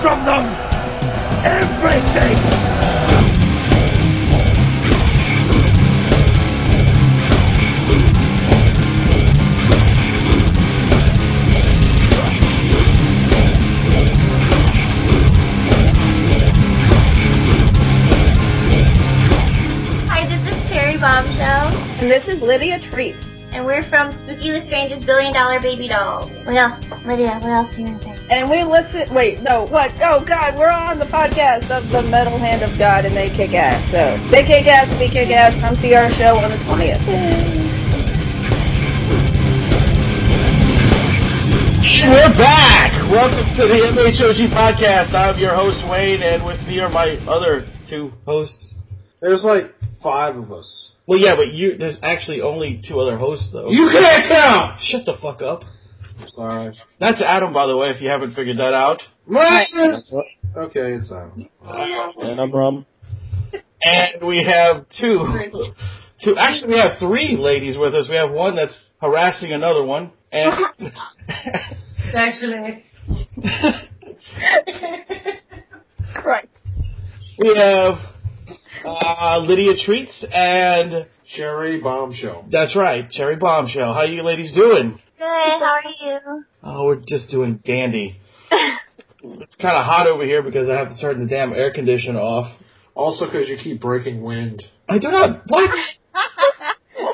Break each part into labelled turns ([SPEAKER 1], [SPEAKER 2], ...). [SPEAKER 1] from them everything.
[SPEAKER 2] Hi, this is Cherry Bombshell,
[SPEAKER 3] And this is Lydia Treat.
[SPEAKER 2] and we're from Spooky Lestrange's Billion Dollar Baby Dolls. What else, Lydia? What else do you want to say?
[SPEAKER 3] And we listen. Wait, no, what? Oh, God, we're on the podcast of the Metal Hand of God, and they kick ass. So they kick ass, we kick ass. Come see our show on the 20th.
[SPEAKER 1] We're back. Welcome to the MHOG podcast. I'm your host Wayne, and with me are my other two hosts.
[SPEAKER 4] There's like five of us.
[SPEAKER 1] Well, yeah, but you there's actually only two other hosts though.
[SPEAKER 4] You can't count!
[SPEAKER 1] shut the fuck up.
[SPEAKER 4] I'm sorry.
[SPEAKER 1] That's Adam, by the way, if you haven't figured that out.
[SPEAKER 4] Moses! Okay, it's out.
[SPEAKER 5] And I'm Rob.
[SPEAKER 1] And we have two, two. Actually, we have three ladies with us. We have one that's harassing another one, and
[SPEAKER 6] Actually.
[SPEAKER 3] Right.
[SPEAKER 1] we have uh, Lydia Treats and
[SPEAKER 4] Cherry Bombshell.
[SPEAKER 1] that's right, Cherry Bombshell. How you ladies doing?
[SPEAKER 2] Good. How are you?
[SPEAKER 1] Oh, we're just doing dandy. It's kind of hot over here because I have to turn the damn air conditioner off.
[SPEAKER 4] Also, because you keep breaking wind.
[SPEAKER 1] I do not. What?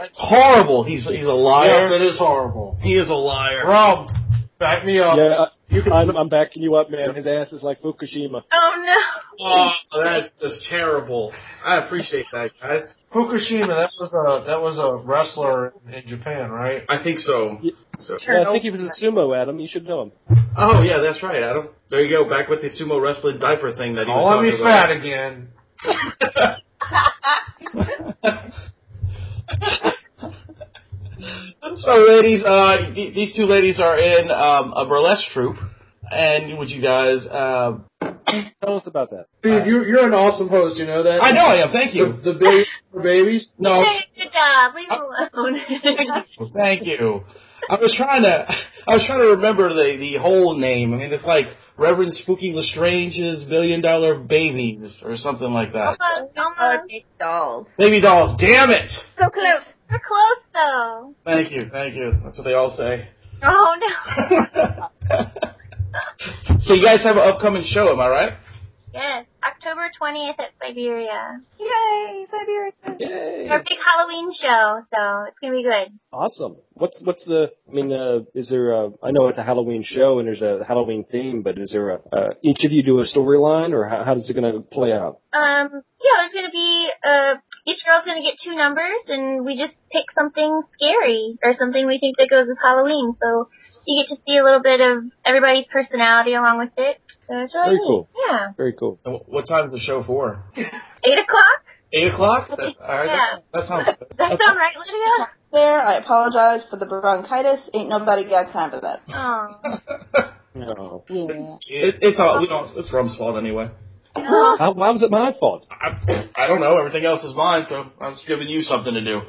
[SPEAKER 1] That's horrible. He's he's a
[SPEAKER 4] Yes,
[SPEAKER 1] liar.
[SPEAKER 4] it is horrible.
[SPEAKER 1] He is a liar.
[SPEAKER 4] Rob, Oh, back me up.
[SPEAKER 5] Yeah,
[SPEAKER 4] you can
[SPEAKER 5] I, I'm,
[SPEAKER 4] smell-
[SPEAKER 5] I'm backing you up, man. His ass is like Fukushima.
[SPEAKER 2] Oh
[SPEAKER 1] Oh, that's just terrible. I appreciate that, guys.
[SPEAKER 4] Fukushima, that was a that was a wrestler in Japan, right?
[SPEAKER 1] I think so. so.
[SPEAKER 5] Yeah, I think he was a sumo, Adam. You should know him.
[SPEAKER 1] Oh yeah, that's right, Adam. There you go. Back with the sumo wrestling diaper thing that he was
[SPEAKER 4] Call Oh, me
[SPEAKER 1] talking about.
[SPEAKER 4] fat again.
[SPEAKER 1] so, ladies, uh, th- these two ladies are in um, a burlesque troupe, and would you guys? Uh,
[SPEAKER 5] Tell us about that.
[SPEAKER 4] Dude, you, you're an awesome host. You know that.
[SPEAKER 1] I know I am. Thank you.
[SPEAKER 4] The, the baby for babies.
[SPEAKER 1] No,
[SPEAKER 2] no! Good job. Leave it alone.
[SPEAKER 1] thank you. I was trying to, I was trying to remember the the whole name. I mean, it's like Reverend Spooky Lestrange's Billion Dollar Babies or something like that.
[SPEAKER 2] almost, almost.
[SPEAKER 3] dolls.
[SPEAKER 1] Baby dolls. Damn it!
[SPEAKER 3] So close.
[SPEAKER 2] We're close though.
[SPEAKER 1] Thank you, thank you. That's what they all say.
[SPEAKER 2] Oh no.
[SPEAKER 1] so you guys have an upcoming show, am I right?
[SPEAKER 2] Yes, October 20th at Siberia.
[SPEAKER 3] Yay, Siberia.
[SPEAKER 5] Yay!
[SPEAKER 2] Our big Halloween show, so it's gonna be good.
[SPEAKER 5] Awesome. What's what's the? I mean, uh, is there? A, I know it's a Halloween show and there's a Halloween theme, but is there a? Uh, each of you do a storyline, or how, how is it going to play out?
[SPEAKER 2] Um, yeah, there's gonna be uh, each girl's gonna get two numbers, and we just pick something scary or something we think that goes with Halloween. So you get to see a little bit of everybody's personality along with it. So it's really
[SPEAKER 5] Very
[SPEAKER 2] neat.
[SPEAKER 5] cool.
[SPEAKER 2] Yeah,
[SPEAKER 5] Very cool.
[SPEAKER 1] And wh- what time is the show for?
[SPEAKER 2] eight o'clock.
[SPEAKER 1] Eight o'clock. That's, all right.
[SPEAKER 2] Yeah.
[SPEAKER 1] That, that sounds. Good.
[SPEAKER 2] Does that sound right, Lydia?
[SPEAKER 3] There, I apologize for the bronchitis. Ain't nobody got time for that.
[SPEAKER 2] Oh,
[SPEAKER 5] Oh.
[SPEAKER 3] Yeah.
[SPEAKER 1] It, it's all. We don't. It's Rum's fault anyway.
[SPEAKER 5] How, why was it my fault?
[SPEAKER 1] I, I don't know. Everything else is mine, so I'm just giving you something to do.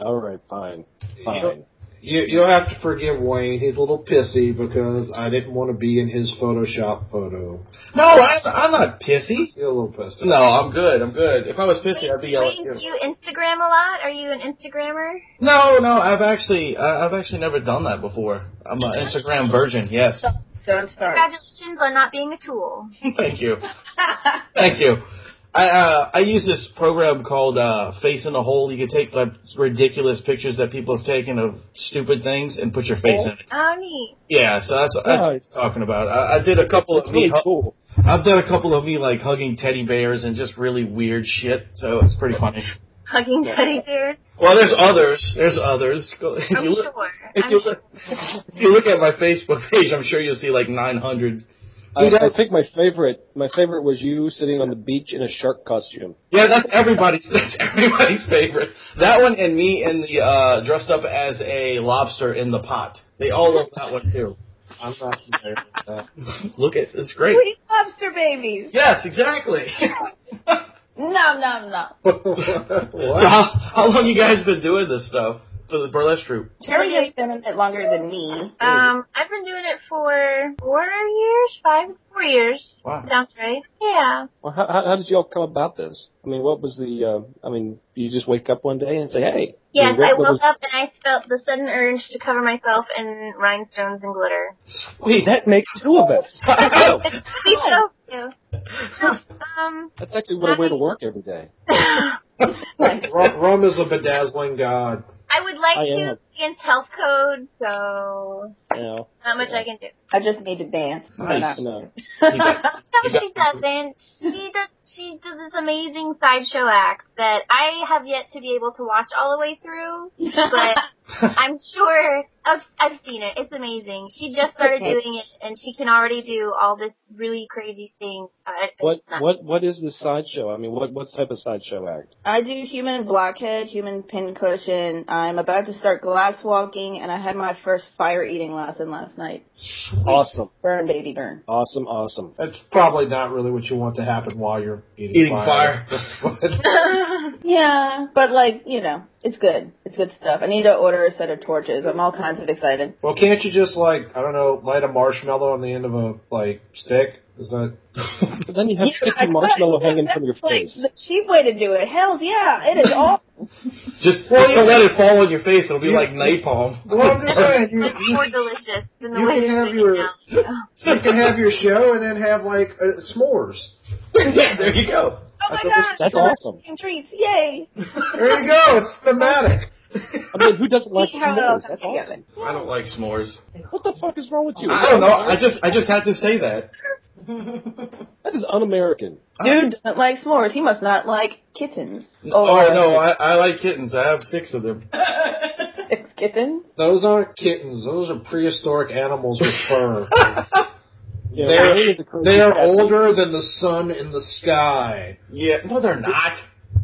[SPEAKER 5] All right, fine, fine.
[SPEAKER 4] You, you'll have to forgive Wayne. He's a little pissy because I didn't want to be in his Photoshop photo.
[SPEAKER 1] No, I, I'm not pissy.
[SPEAKER 4] You're a little pissy.
[SPEAKER 1] No, I'm good. I'm good. If I was pissy, I'd be yelling.
[SPEAKER 2] Wayne, do you Instagram a lot? Are you an Instagrammer?
[SPEAKER 1] No, no. I've actually, I, I've actually never done that before. I'm an Instagram virgin. Yes.
[SPEAKER 3] Don't start.
[SPEAKER 2] Congratulations on not being a tool.
[SPEAKER 1] Thank you. Thank you. I uh, I use this program called uh, Face in a Hole. You can take like ridiculous pictures that people have taken of stupid things and put your face in it.
[SPEAKER 2] Oh, neat.
[SPEAKER 1] Yeah, so that's, that's what I'm
[SPEAKER 5] Nice.
[SPEAKER 1] talking about. I, I did a couple
[SPEAKER 5] It's
[SPEAKER 1] of me.
[SPEAKER 5] really cool.
[SPEAKER 1] I've done a couple of me like hugging teddy bears and just really weird shit. So it's pretty funny.
[SPEAKER 2] Hugging teddy bears.
[SPEAKER 1] Well, there's others. There's others. Go, if
[SPEAKER 2] I'm
[SPEAKER 1] you look,
[SPEAKER 2] sure.
[SPEAKER 1] if
[SPEAKER 2] I'm
[SPEAKER 1] you
[SPEAKER 2] sure.
[SPEAKER 1] look, if you look at my Facebook page, I'm sure you'll see like 900.
[SPEAKER 5] I, I think my favorite, my favorite was you sitting on the beach in a shark costume.
[SPEAKER 1] Yeah, that's everybody's. That's everybody's favorite. That one and me in the uh, dressed up as a lobster in the pot. They all love that one too.
[SPEAKER 4] I'm not familiar with that.
[SPEAKER 1] Look at it's great.
[SPEAKER 3] Sweet lobster babies.
[SPEAKER 1] Yes, exactly.
[SPEAKER 3] Nom nom nom.
[SPEAKER 1] So
[SPEAKER 4] what?
[SPEAKER 1] how, how long you guys been doing this stuff for the burlesque troupe?
[SPEAKER 3] Cherry has been a bit longer than me.
[SPEAKER 2] Um, I've been doing it for four years, five, four careers.
[SPEAKER 1] Wow.
[SPEAKER 2] Sounds right. Yeah.
[SPEAKER 5] Well, how, how, how did y'all come about this? I mean, what was the? Uh, I mean, you just wake up one day and say, "Hey."
[SPEAKER 2] Yes,
[SPEAKER 5] mean, what-
[SPEAKER 2] I
[SPEAKER 5] what
[SPEAKER 2] woke
[SPEAKER 5] was-
[SPEAKER 2] up and I felt the sudden urge to cover myself in rhinestones and glitter.
[SPEAKER 1] Sweet.
[SPEAKER 5] That makes two of us. Wow.
[SPEAKER 2] We felt too. So, um,
[SPEAKER 5] That's actually what I wear to work every day.
[SPEAKER 2] I
[SPEAKER 4] Rum, rum is a bedazzling god.
[SPEAKER 2] would
[SPEAKER 5] I
[SPEAKER 2] like
[SPEAKER 5] am.
[SPEAKER 2] to against health code, so
[SPEAKER 5] You know,
[SPEAKER 2] not much I can do.
[SPEAKER 6] I just need to dance. Why
[SPEAKER 1] Nice.
[SPEAKER 5] you know.
[SPEAKER 6] not?
[SPEAKER 2] No, she doesn't. She does. She does this amazing sideshow act that I have yet to be able to watch all the way through. But I'm sure I've, I've seen it. It's amazing. She just started
[SPEAKER 3] Okay.
[SPEAKER 2] doing it, and she can already do all this really crazy thing. Uh, it's
[SPEAKER 5] What
[SPEAKER 2] not-
[SPEAKER 5] what what is this sideshow? I mean, what what type of sideshow act?
[SPEAKER 3] I do human blockhead, human pincushion. I'm about to start glass walking, and I had my first fire eating lesson last night.
[SPEAKER 5] Awesome,
[SPEAKER 3] Burn, baby, burn.
[SPEAKER 5] awesome, awesome.
[SPEAKER 4] That's probably not really what you want to happen while you're eating,
[SPEAKER 1] Eating fire.
[SPEAKER 4] But-
[SPEAKER 3] Yeah, but like you know, it's good. It's good stuff. I need to order a set of torches. I'm all kinds of excited.
[SPEAKER 4] well, can't you just like I don't know, light a marshmallow on the end of a like stick? Is that?
[SPEAKER 5] But then you have
[SPEAKER 3] Yeah,
[SPEAKER 5] sticky
[SPEAKER 3] but
[SPEAKER 5] marshmallow hanging
[SPEAKER 3] that's
[SPEAKER 5] from your
[SPEAKER 3] like
[SPEAKER 5] face.
[SPEAKER 3] The cheap way to do it. Hell yeah, it is all.
[SPEAKER 1] Just, just don't let it fall on your face. It'll be like napalm.
[SPEAKER 4] well, I'm just saying you,
[SPEAKER 2] it's more delicious than the
[SPEAKER 4] You
[SPEAKER 2] way
[SPEAKER 4] can
[SPEAKER 2] they're
[SPEAKER 4] have
[SPEAKER 2] doing
[SPEAKER 4] your-
[SPEAKER 2] it now. you know.
[SPEAKER 4] you can have your show and then have like uh, s'mores.
[SPEAKER 1] yeah, there you go.
[SPEAKER 3] Oh my
[SPEAKER 4] I thought
[SPEAKER 3] gosh,
[SPEAKER 5] That's
[SPEAKER 3] we're
[SPEAKER 5] awesome.
[SPEAKER 3] making treats! Yay!
[SPEAKER 4] There you go. It's thematic.
[SPEAKER 5] I mean, who doesn't like
[SPEAKER 3] See how it all
[SPEAKER 5] s'mores?
[SPEAKER 3] comes
[SPEAKER 5] That's
[SPEAKER 3] together.
[SPEAKER 5] awesome.
[SPEAKER 1] I don't like s'mores.
[SPEAKER 5] What the fuck is wrong with you?
[SPEAKER 1] I don't know. I just I just had to say that.
[SPEAKER 5] That is un-American.
[SPEAKER 3] Dude doesn't like s'mores. He must not like kittens.
[SPEAKER 1] Oh,
[SPEAKER 3] uh,
[SPEAKER 1] no, I, I like kittens. I have six of them.
[SPEAKER 3] six kittens.
[SPEAKER 4] Those aren't kittens. Those are prehistoric animals with fur.
[SPEAKER 5] Yeah,
[SPEAKER 4] They're-
[SPEAKER 5] Wayne is a crazy
[SPEAKER 4] they are
[SPEAKER 5] cat.
[SPEAKER 4] older than the sun in the sky.
[SPEAKER 1] Yeah, no, they're not.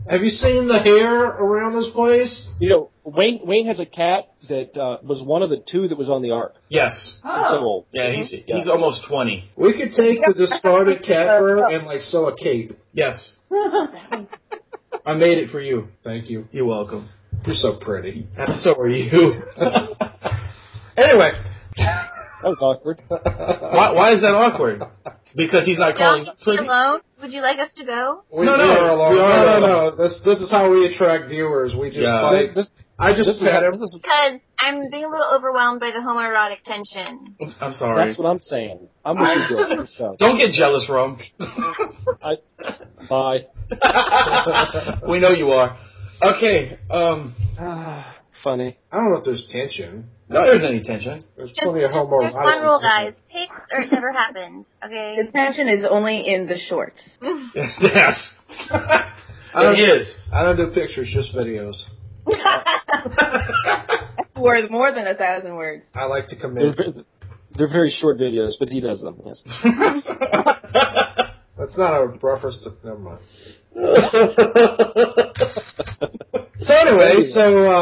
[SPEAKER 4] Have you seen the hair around this place?
[SPEAKER 5] You know, Wayne Wayne has a cat that uh, was one of the two that was on the ark.
[SPEAKER 1] Yes.
[SPEAKER 5] It's so old.
[SPEAKER 1] Yeah, he's
[SPEAKER 5] Yeah.
[SPEAKER 1] he's almost twenty.
[SPEAKER 4] We could take the discarded cat fur and like sew a cape.
[SPEAKER 1] Yes. I made it for you.
[SPEAKER 4] Thank you.
[SPEAKER 1] You're welcome.
[SPEAKER 4] You're so pretty.
[SPEAKER 1] And so are you.
[SPEAKER 4] Anyway,
[SPEAKER 5] That was awkward.
[SPEAKER 1] why why is that awkward? Because he's not
[SPEAKER 2] Now,
[SPEAKER 1] calling.
[SPEAKER 2] you be alone. Would you like us to go?
[SPEAKER 4] we
[SPEAKER 1] No, no,
[SPEAKER 4] are alone.
[SPEAKER 1] we are
[SPEAKER 4] no, no,
[SPEAKER 1] alone.
[SPEAKER 4] no. This this is how we attract viewers. We just
[SPEAKER 1] Yeah.
[SPEAKER 5] That-
[SPEAKER 4] like
[SPEAKER 5] this,
[SPEAKER 4] I
[SPEAKER 5] this
[SPEAKER 4] just
[SPEAKER 5] is,
[SPEAKER 4] pet him.
[SPEAKER 5] this is,
[SPEAKER 2] Because I'm being a little overwhelmed by the homoerotic tension.
[SPEAKER 1] I'm sorry.
[SPEAKER 5] that's what I'm saying. I'm with you, girl. Good stuff.
[SPEAKER 1] Don't get jealous, Rum.
[SPEAKER 5] Bye.
[SPEAKER 1] we know you are. Okay. Um.
[SPEAKER 5] Ah, funny.
[SPEAKER 4] I don't know if there's tension.
[SPEAKER 1] No, there's any tension.
[SPEAKER 4] There's
[SPEAKER 2] Just,
[SPEAKER 4] plenty of
[SPEAKER 2] just
[SPEAKER 4] homo.
[SPEAKER 2] there's one rule, guys. Pigs, or it never happened.
[SPEAKER 3] The
[SPEAKER 2] Okay.
[SPEAKER 3] tension is only in the shorts.
[SPEAKER 1] yes.
[SPEAKER 4] I don't,
[SPEAKER 1] There is.
[SPEAKER 4] I don't do pictures, just videos.
[SPEAKER 3] Worth more than a thousand words.
[SPEAKER 4] I like to
[SPEAKER 5] They're,
[SPEAKER 4] commit.
[SPEAKER 5] ve- they're very short videos, but he does them. Yes.
[SPEAKER 4] That's not a reference to. Never mind.
[SPEAKER 1] so
[SPEAKER 4] Anyway, so uh,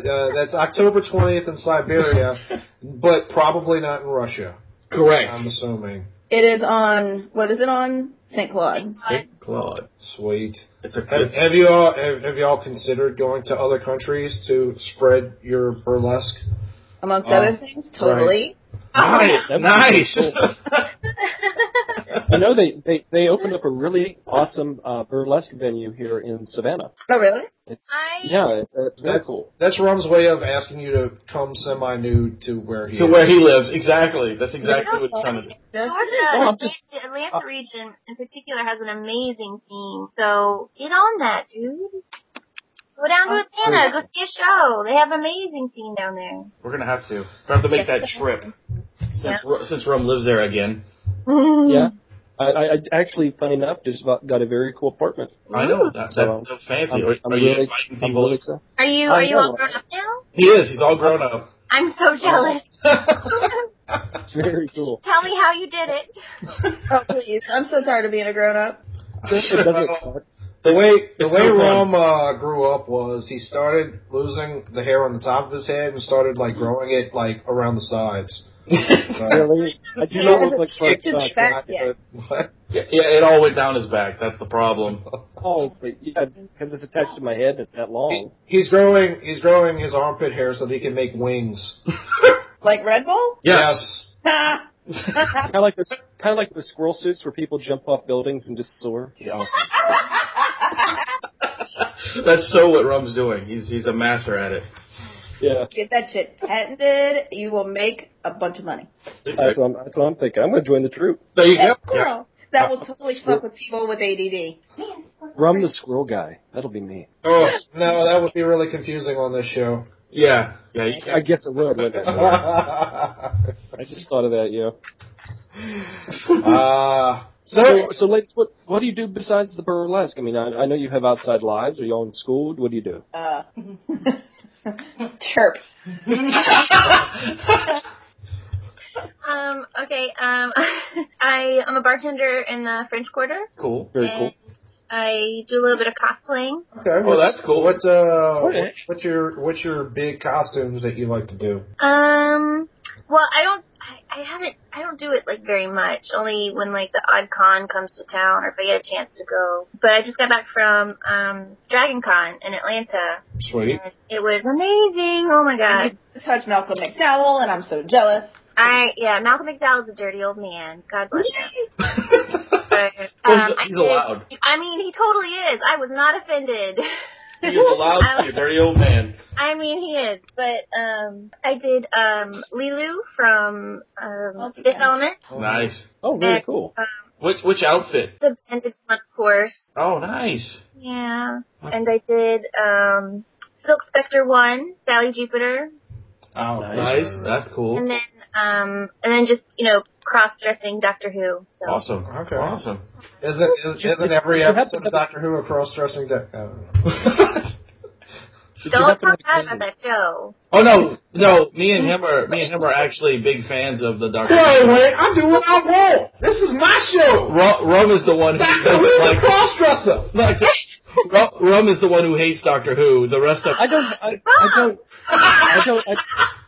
[SPEAKER 4] uh, that's October 20th in Siberia, but probably not in Russia.
[SPEAKER 1] correct.
[SPEAKER 4] I'm assuming.
[SPEAKER 3] It is on. What is it on? St. Claude.
[SPEAKER 2] But
[SPEAKER 1] Claude.
[SPEAKER 4] Sweet.
[SPEAKER 1] It's a.
[SPEAKER 4] Have, have you all have, have you all considered going to other countries to spread your burlesque?
[SPEAKER 3] Amongst
[SPEAKER 1] Oh,
[SPEAKER 3] other things, totally.
[SPEAKER 1] Nice.
[SPEAKER 5] That's
[SPEAKER 1] nice.
[SPEAKER 5] cool. You know, they, they, they opened up a really awesome uh, burlesque venue here in Savannah.
[SPEAKER 3] Oh, really?
[SPEAKER 2] I
[SPEAKER 5] Yeah, it's, it's very
[SPEAKER 4] That's
[SPEAKER 5] cool.
[SPEAKER 4] that's Rum's way of asking you to come semi-nude to where he
[SPEAKER 1] to
[SPEAKER 4] is.
[SPEAKER 1] where he lives. Exactly. That's exactly what he's trying to do.
[SPEAKER 2] Georgia,
[SPEAKER 5] Oh, I'm just-
[SPEAKER 2] the Atlanta region in particular has an amazing scene. So get on that, dude. Go down
[SPEAKER 5] Uh,
[SPEAKER 2] to Atlanta, go see a show. They have an amazing scene down there.
[SPEAKER 1] We're gonna have to. We're gonna have to make that trip since Ru- since Rum lives there again.
[SPEAKER 2] Hmm.
[SPEAKER 5] Yeah. I, I I actually, funny enough, just about got a very cool apartment.
[SPEAKER 1] I know that, that's so fancy. Are, are you
[SPEAKER 5] really,
[SPEAKER 1] inviting
[SPEAKER 5] I'm
[SPEAKER 1] people?
[SPEAKER 5] really excited.
[SPEAKER 2] Are you
[SPEAKER 5] I
[SPEAKER 2] are you
[SPEAKER 5] know.
[SPEAKER 2] all grown up now?
[SPEAKER 1] he is. He's all grown up.
[SPEAKER 2] I'm so jealous.
[SPEAKER 5] Very cool.
[SPEAKER 2] Tell me how you did it.
[SPEAKER 3] Oh, please. I'm so tired of being a grown up.
[SPEAKER 5] It doesn't suck.
[SPEAKER 4] The way the
[SPEAKER 1] It's
[SPEAKER 4] way
[SPEAKER 1] so fun.
[SPEAKER 4] Rum uh, grew up was he started losing the hair on the top of his head and started like growing it like around the sides. So,
[SPEAKER 5] Really? I do
[SPEAKER 3] He
[SPEAKER 5] not look
[SPEAKER 3] hasn't
[SPEAKER 5] like Frank
[SPEAKER 3] shifted
[SPEAKER 5] Sinatra.
[SPEAKER 3] back yet.
[SPEAKER 4] what?
[SPEAKER 1] Yeah, yeah, it all went down his back. That's the problem.
[SPEAKER 5] Oh, but yeah, because it's attached to my head. It's that long.
[SPEAKER 4] uh, He's growing he's growing his armpit hair so that he can make wings.
[SPEAKER 3] Like Red Bull?
[SPEAKER 1] Yes.
[SPEAKER 3] Ha!
[SPEAKER 5] Kind of like the kind of like the squirrel suits where people jump off buildings and just soar. Yeah, awesome.
[SPEAKER 1] That's so what Rum's doing. He's he's a master at it.
[SPEAKER 5] Yeah,
[SPEAKER 3] Get that shit patented. You will make a bunch of money.
[SPEAKER 5] that's what I'm, that's what I'm thinking. I'm going to join the troop.
[SPEAKER 1] There you
[SPEAKER 3] That
[SPEAKER 1] go.
[SPEAKER 3] squirrel. That will totally
[SPEAKER 5] Squirrel.
[SPEAKER 3] fuck with people with ADD.
[SPEAKER 5] Rum the squirrel guy. That'll be me.
[SPEAKER 4] Oh no, that would be really confusing on this show.
[SPEAKER 1] Yeah, yeah. You
[SPEAKER 5] I
[SPEAKER 1] can't.
[SPEAKER 5] guess it would. Wouldn't it?
[SPEAKER 4] Ah,
[SPEAKER 5] I just thought of that. Yeah. So,
[SPEAKER 4] Uh, so
[SPEAKER 5] so ladies, what what do you do besides the burlesque? I mean, I, I know you have outside lives. Are you all in school? What do you do?
[SPEAKER 3] Uh, chirp.
[SPEAKER 2] Um, okay, um, I am a bartender in the French Quarter.
[SPEAKER 1] cool.
[SPEAKER 5] Very
[SPEAKER 2] and
[SPEAKER 5] cool.
[SPEAKER 2] I do a little bit of cosplaying.
[SPEAKER 4] okay,
[SPEAKER 1] Oh, that's cool.
[SPEAKER 4] What uh,
[SPEAKER 5] Okay.
[SPEAKER 4] what's your what's your big costumes that you like to do?
[SPEAKER 2] Um, well, I don't, I, I haven't, I don't do it like very much. Only when like the odd con comes to town, or if I get a chance to go. But I just got back from um Dragon Con in Atlanta,
[SPEAKER 4] Sweet.
[SPEAKER 2] and it was amazing. Oh my god!
[SPEAKER 3] Touch Malcolm McDowell, and I'm so jealous.
[SPEAKER 2] I yeah, Malcolm McDowell's a dirty old man. God bless him. But, um, I
[SPEAKER 1] he's
[SPEAKER 2] did-
[SPEAKER 1] allowed.
[SPEAKER 2] I mean, he totally is. I was not offended.
[SPEAKER 1] He is allowed to be a dirty old man.
[SPEAKER 2] I mean, he is. But um, I did um Lilu from um,
[SPEAKER 3] Okay.
[SPEAKER 2] Fifth Element,
[SPEAKER 1] Nice.
[SPEAKER 5] Oh, very cool.
[SPEAKER 1] Which which outfit?
[SPEAKER 2] the bandage one, of course.
[SPEAKER 1] Oh, nice.
[SPEAKER 2] Yeah, and I did um Silk Spectre one, Sally Jupiter,
[SPEAKER 4] Oh,
[SPEAKER 1] Nice. That's cool.
[SPEAKER 2] and then um and then just you know cross dressing Doctor Who. So
[SPEAKER 1] Awesome.
[SPEAKER 4] Okay.
[SPEAKER 1] Awesome.
[SPEAKER 4] Isn't is, isn't every
[SPEAKER 5] You have
[SPEAKER 4] episode
[SPEAKER 5] to-
[SPEAKER 4] of Doctor Who a cross-dressing? De- I don't know.
[SPEAKER 5] Did you
[SPEAKER 2] don't
[SPEAKER 5] happen to
[SPEAKER 2] talk bad
[SPEAKER 5] have
[SPEAKER 2] about that show.
[SPEAKER 1] Oh no, no. Me and him are me and him are actually big fans of the Doctor.
[SPEAKER 6] Wait, wait, I do what I want. This is my show.
[SPEAKER 1] Rum, Rum is the one who
[SPEAKER 6] Doctor
[SPEAKER 1] doesn't
[SPEAKER 6] Who's a
[SPEAKER 1] like.
[SPEAKER 6] crossdresser.
[SPEAKER 1] Like, Rum, Rum is the one who hates Doctor Who. The rest of
[SPEAKER 5] I don't. I, I don't. I don't. I, I don't
[SPEAKER 2] Ah!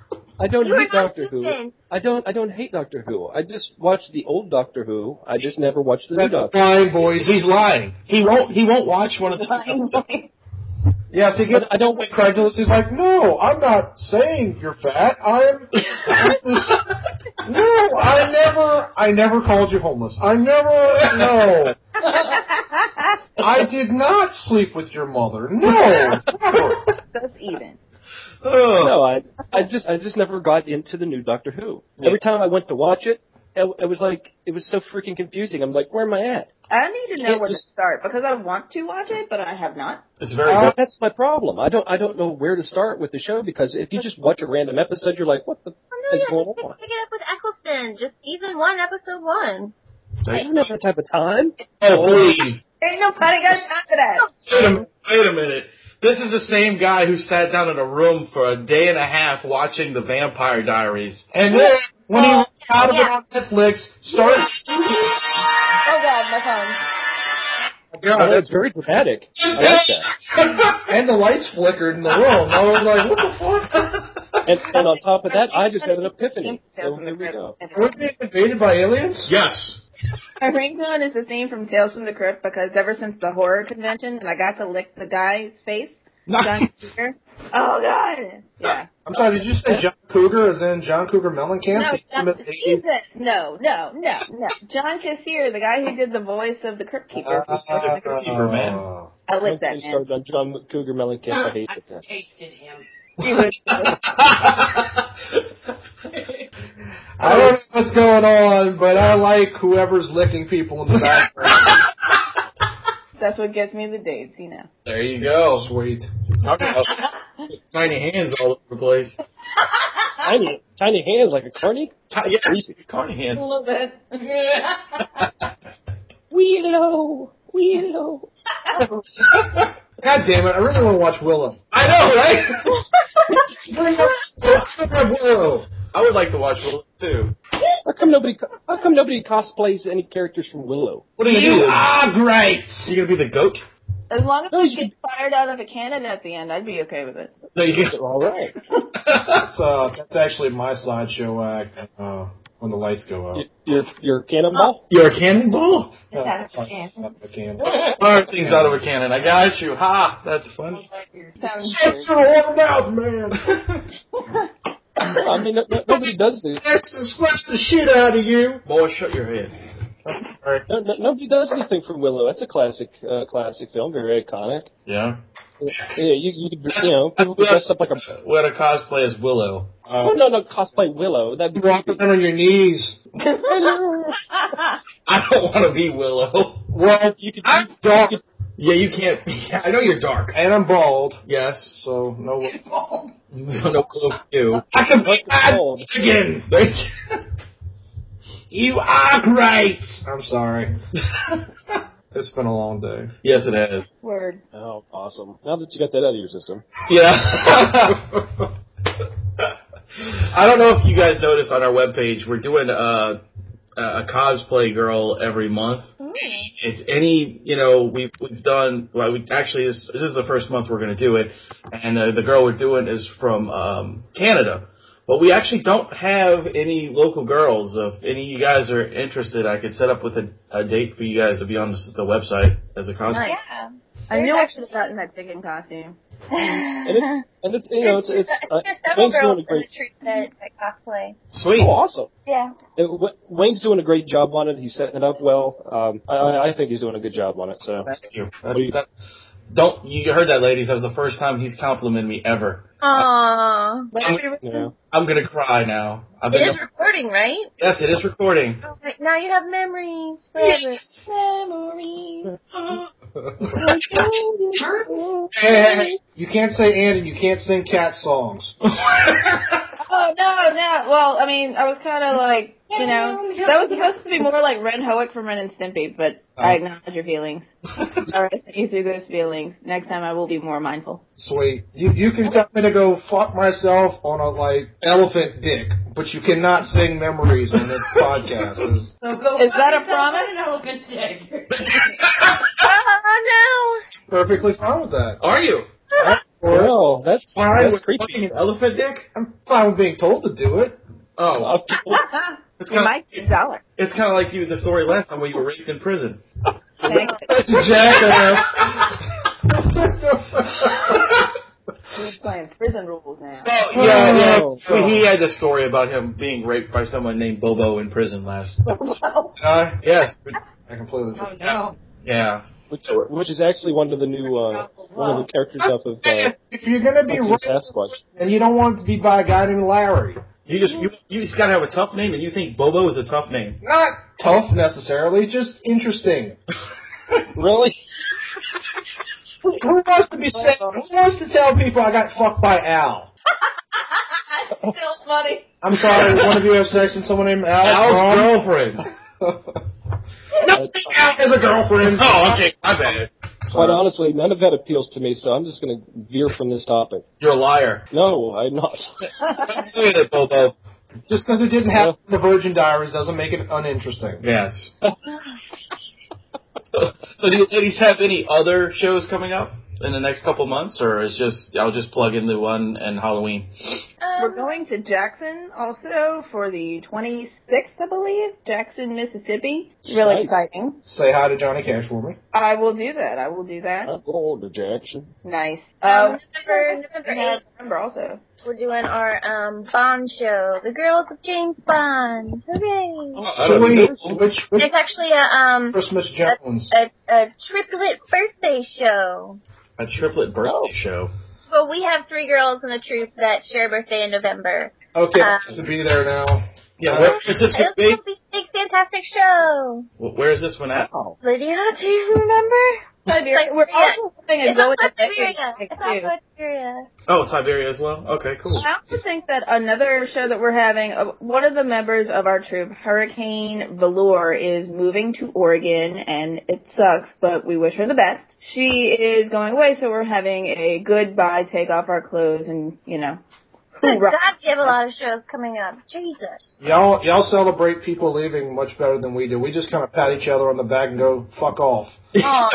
[SPEAKER 2] You are
[SPEAKER 5] hate
[SPEAKER 2] not
[SPEAKER 5] Oh, Doctor Who.
[SPEAKER 2] listening.
[SPEAKER 5] I don't. I don't hate Doctor Who. I just watched the old Doctor Who. I just never watched the new
[SPEAKER 4] That's his
[SPEAKER 5] Doctor.
[SPEAKER 4] line, boys.
[SPEAKER 1] he's lying. He won't. He won't watch one of the.
[SPEAKER 4] Yes, he gets
[SPEAKER 5] But I don't.
[SPEAKER 4] incredulous. He's like, no, I'm not saying you're fat. I'm. no, I never. I never called you homeless. I never. No, I did not sleep with your mother. No.
[SPEAKER 3] That's even.
[SPEAKER 1] Ugh.
[SPEAKER 5] No, I. I just. I just never got into the new Doctor Who. Every time I went to watch it, it, it was like it was so freaking confusing. I'm like, where am I at?
[SPEAKER 3] I need to know
[SPEAKER 5] Can't
[SPEAKER 3] where
[SPEAKER 5] just-
[SPEAKER 3] to start because I want to watch it, but I have not.
[SPEAKER 1] It's very
[SPEAKER 4] Uh,
[SPEAKER 1] good.
[SPEAKER 5] That's my problem. I don't. I don't know where to start with the show because if you just watch a random episode, you're like, what the
[SPEAKER 2] Oh,
[SPEAKER 5] f-
[SPEAKER 2] no,
[SPEAKER 5] is
[SPEAKER 2] yeah,
[SPEAKER 5] going
[SPEAKER 2] just pick,
[SPEAKER 5] on?
[SPEAKER 2] pick it up with Eccleston. Just even one episode one.
[SPEAKER 5] I don't have that type of time.
[SPEAKER 1] Oh please.
[SPEAKER 3] Ain't nobody got time for that.
[SPEAKER 1] Wait a, wait a minute. This is the same guy who sat down in a room for a day and a half watching The Vampire Diaries.
[SPEAKER 4] and then when he ran out of
[SPEAKER 2] Yeah.
[SPEAKER 4] it on Netflix, started.
[SPEAKER 3] Oh God, my phone.
[SPEAKER 4] Oh, God,
[SPEAKER 5] Oh,
[SPEAKER 4] that's-
[SPEAKER 5] that's very dramatic. I like that.
[SPEAKER 4] and the lights flickered in the room. I was like, what the fuck?
[SPEAKER 5] And, and on top of that, I just had an epiphany. So oh, here we go.
[SPEAKER 4] Were they invaded by aliens?
[SPEAKER 1] yes.
[SPEAKER 3] ringtone is the theme from Tales from the Crypt because ever since the horror convention and I got to lick the guy's face. John Cougar. Oh God. Yeah.
[SPEAKER 4] I'm sorry, did you say John Cougar is in John Cougar Mellencamp?
[SPEAKER 3] No,
[SPEAKER 4] The
[SPEAKER 3] John,
[SPEAKER 4] famous 80s?
[SPEAKER 3] Jesus. No, no, no, no. John Kassir, the guy who did the voice of the Crypt Keeper.
[SPEAKER 4] Uh,
[SPEAKER 1] He's a keeper, man.
[SPEAKER 4] uh,
[SPEAKER 3] I
[SPEAKER 5] Don't
[SPEAKER 3] licked that
[SPEAKER 5] get me
[SPEAKER 3] man.
[SPEAKER 5] started on John Cougar Mellencamp. I hate that. guy.
[SPEAKER 7] tasted him.
[SPEAKER 3] He was-
[SPEAKER 4] I don't know what's going on, but I like whoever's licking people in the background.
[SPEAKER 3] That's what gets me the dates, you know.
[SPEAKER 1] There you go.
[SPEAKER 4] Sweet.
[SPEAKER 1] Talking about tiny hands all over the place.
[SPEAKER 5] Tiny, tiny hands like a carny.
[SPEAKER 1] Ti- yeah,
[SPEAKER 5] Creepy.
[SPEAKER 1] carny
[SPEAKER 7] A
[SPEAKER 1] hands.
[SPEAKER 7] little bit.
[SPEAKER 5] Willow, Willow.
[SPEAKER 4] God damn it, I really want to watch Willow.
[SPEAKER 1] I know, right?
[SPEAKER 4] Bring up- bring up Willow.
[SPEAKER 1] I would like to watch Willow too.
[SPEAKER 5] How come nobody? co- How come nobody cosplays any characters from Willow?
[SPEAKER 1] What are you? You are great. You gonna be the goat?
[SPEAKER 3] As long as
[SPEAKER 5] No,
[SPEAKER 3] I
[SPEAKER 5] you
[SPEAKER 3] get fired out of a cannon at the end, I'd be okay with it.
[SPEAKER 1] No, you.
[SPEAKER 5] All right.
[SPEAKER 4] That's, uh, that's actually my sideshow act uh, when the lights go out.
[SPEAKER 5] Your your cannonball.
[SPEAKER 1] You're a cannonball.
[SPEAKER 7] It's out of a can.
[SPEAKER 4] Uh, I can't.
[SPEAKER 1] Fire things out of a cannon. I got you. Ha! That's funny.
[SPEAKER 3] Sounds
[SPEAKER 4] Shut your whole mouth, man.
[SPEAKER 5] I mean, no, no, nobody does these.
[SPEAKER 4] That's to slap the shit out of you.
[SPEAKER 1] Boy, shut your head.
[SPEAKER 4] Sorry.
[SPEAKER 5] No, no, nobody does anything from Willow. That's a classic, uh, classic film, very iconic.
[SPEAKER 1] Yeah.
[SPEAKER 5] Yeah, you, you, you know, people dressed up like a.
[SPEAKER 1] We had a cosplay as Willow.
[SPEAKER 5] Oh no, no, cosplay Willow. That'd be
[SPEAKER 4] Dropping
[SPEAKER 5] creepy.
[SPEAKER 4] Uh, down on your knees.
[SPEAKER 1] I don't want to be Willow.
[SPEAKER 4] Well,
[SPEAKER 5] You could,
[SPEAKER 4] I'm dark
[SPEAKER 1] Yeah, you can't. Yeah, I know you're dark.
[SPEAKER 4] and I'm bald,
[SPEAKER 1] Yes.
[SPEAKER 4] so no.
[SPEAKER 1] So no clue for you.
[SPEAKER 4] I can
[SPEAKER 5] be bald.
[SPEAKER 4] again.
[SPEAKER 1] Thank
[SPEAKER 4] You are great. I'm sorry. It's been a long day.
[SPEAKER 1] yes, it has.
[SPEAKER 3] Word.
[SPEAKER 5] oh, awesome. Now that you got that out of your system.
[SPEAKER 1] Yeah. I don't know if you guys noticed on our webpage, we're doing uh, a, a cosplay girl every month.
[SPEAKER 5] Hmm.
[SPEAKER 1] It's any, you know, we've we've done. Well, we actually this this is the first month we're going to do it, and uh, the girl we're doing is from um, Canada. But we actually don't have any local girls. If any of you guys are interested, I could set up with a, a date for you guys to be on the, s- the website as a cosplay.
[SPEAKER 2] Yeah.
[SPEAKER 3] I knew I should have gotten that chicken costume.
[SPEAKER 5] And it's, and it's you know, it's, it's uh,
[SPEAKER 2] there's several
[SPEAKER 5] Wayne's
[SPEAKER 2] girls
[SPEAKER 5] doing a
[SPEAKER 2] in
[SPEAKER 5] great.
[SPEAKER 2] the troop that, that cosplay.
[SPEAKER 1] Sweet.
[SPEAKER 5] Oh, awesome.
[SPEAKER 2] Yeah.
[SPEAKER 5] Uh, Wa- Wayne's doing a great job on it. He's setting it up well. Um, I- I, I think he's doing a good job on it. So
[SPEAKER 1] Thank you.
[SPEAKER 5] What do you-
[SPEAKER 1] That- don't you heard that, ladies? That was the first time he's complimented me ever.
[SPEAKER 2] Aww.
[SPEAKER 3] Like,
[SPEAKER 5] you know,
[SPEAKER 1] I'm gonna cry now. I've
[SPEAKER 2] It
[SPEAKER 1] been
[SPEAKER 2] is recording, right?
[SPEAKER 1] yes, it is recording.
[SPEAKER 2] Oh, right. Now you have memories forever. Memories.
[SPEAKER 4] Eh, You can't say and and you can't sing cat songs.
[SPEAKER 3] Oh no, no. Well, I mean, I was kind of like, you know, that was supposed to be more like Ren Hoek from Ren and Stimpy, but I acknowledge your feelings. All right, you through those feelings. Next time, I will be more mindful.
[SPEAKER 4] Sweet. You you can tell me to go fuck myself on a like elephant dick, but you cannot sing memories on this podcast. It's-
[SPEAKER 7] So go
[SPEAKER 3] Is
[SPEAKER 7] fuck
[SPEAKER 3] that a
[SPEAKER 7] yourself
[SPEAKER 3] promise?
[SPEAKER 7] on An elephant dick.
[SPEAKER 2] oh
[SPEAKER 4] perfectly fine with that.
[SPEAKER 1] Are you?
[SPEAKER 4] I'm for it.
[SPEAKER 5] well, that's
[SPEAKER 4] Fine
[SPEAKER 5] that's
[SPEAKER 4] with
[SPEAKER 5] creepy.
[SPEAKER 1] An elephant dick?
[SPEAKER 4] I'm fine with being told to do it.
[SPEAKER 1] Oh,
[SPEAKER 5] Uh,
[SPEAKER 1] it's
[SPEAKER 3] You
[SPEAKER 1] kind of
[SPEAKER 3] might get a dollar.
[SPEAKER 1] it's kind of like you the story last time where you were raped in prison.
[SPEAKER 3] Thanks.
[SPEAKER 4] That's a jackass.
[SPEAKER 3] We're playing prison rules now.
[SPEAKER 1] Oh yeah, yeah.
[SPEAKER 5] Oh.
[SPEAKER 1] Well, he had the story about him being raped by someone named Bobo in prison last.
[SPEAKER 4] I,
[SPEAKER 1] Yes,
[SPEAKER 4] I completely
[SPEAKER 7] Oh no.
[SPEAKER 1] Uh, yeah.
[SPEAKER 5] which, which is actually one of the new uh, one of the characters off of uh,
[SPEAKER 4] If you're gonna be
[SPEAKER 5] Hunting
[SPEAKER 4] right,
[SPEAKER 5] Sasquatch.
[SPEAKER 4] then you don't want it to be by a guy named Larry.
[SPEAKER 1] You just you, you just gotta have a tough name, and you think Bobo is a tough name.
[SPEAKER 4] Not tough necessarily, just interesting.
[SPEAKER 5] Really?
[SPEAKER 4] Who who wants to be sick? Who wants to tell people I got fucked by Al?
[SPEAKER 7] Still funny.
[SPEAKER 4] I'm sorry, one of you have sex with someone named Al. Wrong.
[SPEAKER 1] Al's girlfriend.
[SPEAKER 5] Uh,
[SPEAKER 4] Al has a girlfriend.
[SPEAKER 1] Oh, okay, my bad.
[SPEAKER 5] quite honestly, none of that appeals to me. So I'm just going to veer from this topic.
[SPEAKER 1] You're a liar.
[SPEAKER 5] No, I'm not.
[SPEAKER 1] Don't say that, Bobo.
[SPEAKER 4] Just because it didn't happen in the Virgin Diaries doesn't make it uninteresting.
[SPEAKER 1] Yes. so, so do you ladies have any other shows coming up in the next couple months, or is just I'll just plug in the one and Halloween?
[SPEAKER 2] no.
[SPEAKER 3] We're
[SPEAKER 2] Um,
[SPEAKER 3] going to Jackson also for the 26th, I believe, Jackson, Mississippi.
[SPEAKER 5] Nice.
[SPEAKER 3] Really exciting.
[SPEAKER 4] Say hi to Johnny Cash for me.
[SPEAKER 3] I will do that. I will do that.
[SPEAKER 5] I'm going to Jackson.
[SPEAKER 3] Nice.
[SPEAKER 2] um,
[SPEAKER 3] Um,
[SPEAKER 2] November, November
[SPEAKER 3] we
[SPEAKER 2] 8th,
[SPEAKER 3] have November also.
[SPEAKER 2] we're doing our um, Bond show. The Girls of James Bond. Hooray.
[SPEAKER 1] I don't
[SPEAKER 4] Sweet. Which, which
[SPEAKER 2] It's actually a, um,
[SPEAKER 4] Christmas Jones?
[SPEAKER 2] a, a triplet birthday show.
[SPEAKER 1] A triplet birthday
[SPEAKER 5] Oh.
[SPEAKER 1] show.
[SPEAKER 2] Well, we have three girls in the troop that share a birthday in November.
[SPEAKER 4] Okay, to be there now.
[SPEAKER 1] Yeah, where is this going
[SPEAKER 2] It's
[SPEAKER 1] to be?
[SPEAKER 2] gonna be a big, fantastic show.
[SPEAKER 1] Wh- Where is this one at?
[SPEAKER 5] Wow.
[SPEAKER 2] Lydia, do you remember?
[SPEAKER 3] Siberia.
[SPEAKER 2] Like,
[SPEAKER 3] We're
[SPEAKER 2] yeah.
[SPEAKER 3] also having a
[SPEAKER 2] It's
[SPEAKER 3] go
[SPEAKER 2] on
[SPEAKER 3] with the
[SPEAKER 2] Siberia.
[SPEAKER 3] Vikings
[SPEAKER 2] It's
[SPEAKER 3] thing, too.
[SPEAKER 2] on Siberia.
[SPEAKER 1] Oh, Siberia as well. Okay, cool.
[SPEAKER 3] I also think that another show that we're having, uh, one of the members of our troop, Hurricane Velour, is moving to Oregon, and it sucks, but we wish her the best. She is going away, so we're having a goodbye, take off our clothes, and you know,
[SPEAKER 2] Good
[SPEAKER 3] hoorah.
[SPEAKER 2] God, we have a lot of shows coming up. Jesus.
[SPEAKER 4] Y'all, y'all celebrate people leaving much better than we do. We just kind of pat each other on the back and go, fuck off.
[SPEAKER 2] Oh,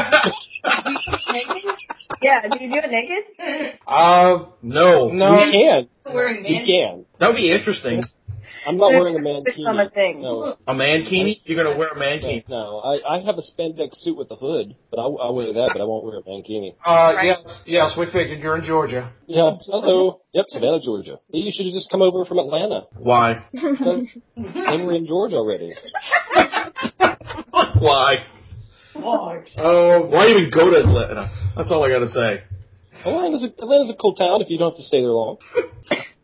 [SPEAKER 3] Yeah, do you do it naked?
[SPEAKER 4] Uh,
[SPEAKER 1] No,
[SPEAKER 4] no. uh,
[SPEAKER 5] You can.
[SPEAKER 7] Wearing
[SPEAKER 5] You
[SPEAKER 7] man.
[SPEAKER 5] can.
[SPEAKER 1] that'd be interesting.
[SPEAKER 5] I'm not wearing a
[SPEAKER 3] It's on the
[SPEAKER 5] mankini.
[SPEAKER 3] thing.
[SPEAKER 5] No,
[SPEAKER 1] A mankini? You're gonna wear a mankini?
[SPEAKER 5] no. I, I have a spandex suit with a hood, but I, I'll wear that, but I won't wear a mankini.
[SPEAKER 4] Uh, yes, yes, we figured you're in Georgia.
[SPEAKER 5] Yeah. Hello. Yep. Savannah, Georgia. You should have just come over from Atlanta.
[SPEAKER 1] Why?
[SPEAKER 5] 'cause then we're in Georgia already.
[SPEAKER 1] Why?
[SPEAKER 7] Lord.
[SPEAKER 4] Oh,
[SPEAKER 1] Why even go to Atlanta? That's all I gotta say.
[SPEAKER 5] Atlanta's a, Atlanta's a cool town if you don't have to stay there long.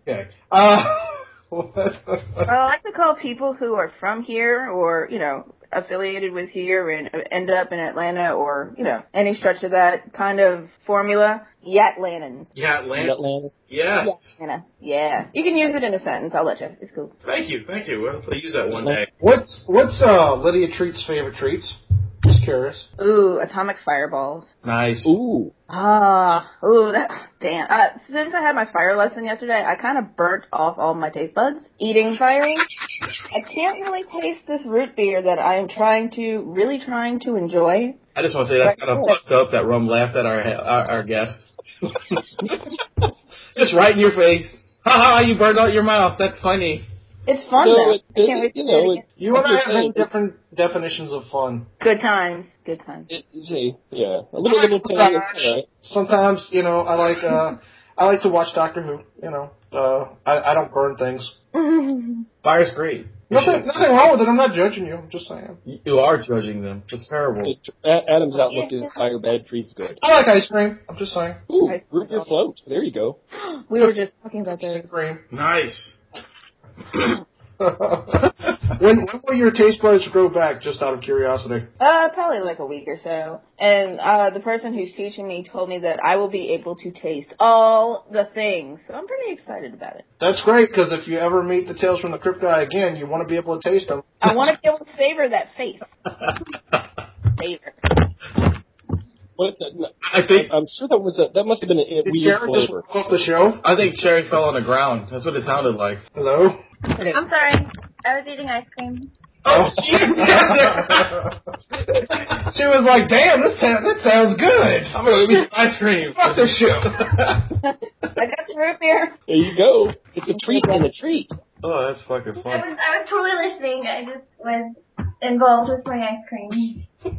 [SPEAKER 4] okay. Uh,
[SPEAKER 3] Well, I like to call people who are from here or, you know, affiliated with here and uh, end up in Atlanta or, you know, any stretch of that kind of formula. Yatlantans.
[SPEAKER 1] Yeah,
[SPEAKER 5] In Atlanta.
[SPEAKER 1] Yes.
[SPEAKER 3] Atlanta. Yeah. You can use it in a sentence. I'll let you. It's cool.
[SPEAKER 1] Thank you, thank you. We'll have to use that one
[SPEAKER 5] Yeah.
[SPEAKER 1] day.
[SPEAKER 4] what's what's uh Lydia Treat's favorite treats? Just curious.
[SPEAKER 3] Ooh, atomic fireballs.
[SPEAKER 1] Nice.
[SPEAKER 5] Ooh.
[SPEAKER 3] Ah, ooh, that, damn. Uh, since I had my fire lesson yesterday, I kind of burnt off all my taste buds eating fiery. I can't really taste this root beer that I am trying to, really trying to enjoy.
[SPEAKER 1] I just want to say that's kind of fucked up that Rum laughed at our our, our guest. just right in your face. Ha ha! You burned out your mouth. That's funny.
[SPEAKER 3] It's fun
[SPEAKER 5] No,
[SPEAKER 3] though.
[SPEAKER 5] it-
[SPEAKER 3] I can't
[SPEAKER 5] it-
[SPEAKER 3] wait
[SPEAKER 5] you
[SPEAKER 3] to do
[SPEAKER 5] know,
[SPEAKER 3] it
[SPEAKER 5] it-
[SPEAKER 3] again.
[SPEAKER 4] You and I
[SPEAKER 5] That's what
[SPEAKER 4] have
[SPEAKER 5] I'm saying.
[SPEAKER 4] many different definitions of fun.
[SPEAKER 3] Good times. Good times.
[SPEAKER 5] It, see, yeah, a little little town. That's all right.
[SPEAKER 4] Sometimes, you know, I like uh I like to watch Doctor Who, you know. Uh I, I don't burn things.
[SPEAKER 1] Fire's great. You,
[SPEAKER 4] Nothing,
[SPEAKER 1] should-
[SPEAKER 4] nothing wrong with it. I'm not judging you. I'm just saying.
[SPEAKER 1] you are judging them. It's terrible.
[SPEAKER 5] It- A- Adam's outlook is fire bad, freeze good.
[SPEAKER 4] I like ice cream. I'm just saying.
[SPEAKER 5] Ooh,
[SPEAKER 3] Nice.
[SPEAKER 5] root beer float. There you go.
[SPEAKER 3] We were just talking about
[SPEAKER 4] Ice
[SPEAKER 3] those.
[SPEAKER 4] cream.
[SPEAKER 1] Nice.
[SPEAKER 4] when when will your taste buds grow back? Just out of curiosity.
[SPEAKER 3] Uh, probably like a week or so. And uh, the person who's teaching me told me that I will be able to taste all the things, so I'm pretty excited about it.
[SPEAKER 4] That's great because if you ever meet the Tales from the Crypt guy again, you want to be able to taste them.
[SPEAKER 3] I want to be able to savor that face. Savor.
[SPEAKER 5] What? the-
[SPEAKER 1] I think
[SPEAKER 5] I'm sure that was a that must have been a
[SPEAKER 4] Did
[SPEAKER 5] weird
[SPEAKER 4] Sharon just
[SPEAKER 5] flavor.
[SPEAKER 4] walk off the show?
[SPEAKER 1] I think Cherry fell on the ground. That's what it sounded like.
[SPEAKER 4] Hello.
[SPEAKER 2] I'm sorry. I was eating ice cream.
[SPEAKER 1] Oh,
[SPEAKER 4] she was like, "Damn, this ta- that sounds good."
[SPEAKER 1] I'm gonna eat ice cream.
[SPEAKER 4] Fuck this show.
[SPEAKER 3] I got the root beer.
[SPEAKER 5] There you go. It's a treat and a treat.
[SPEAKER 1] Oh, that's fucking
[SPEAKER 2] I
[SPEAKER 1] fun.
[SPEAKER 2] was I was totally listening. I just was involved with my ice cream.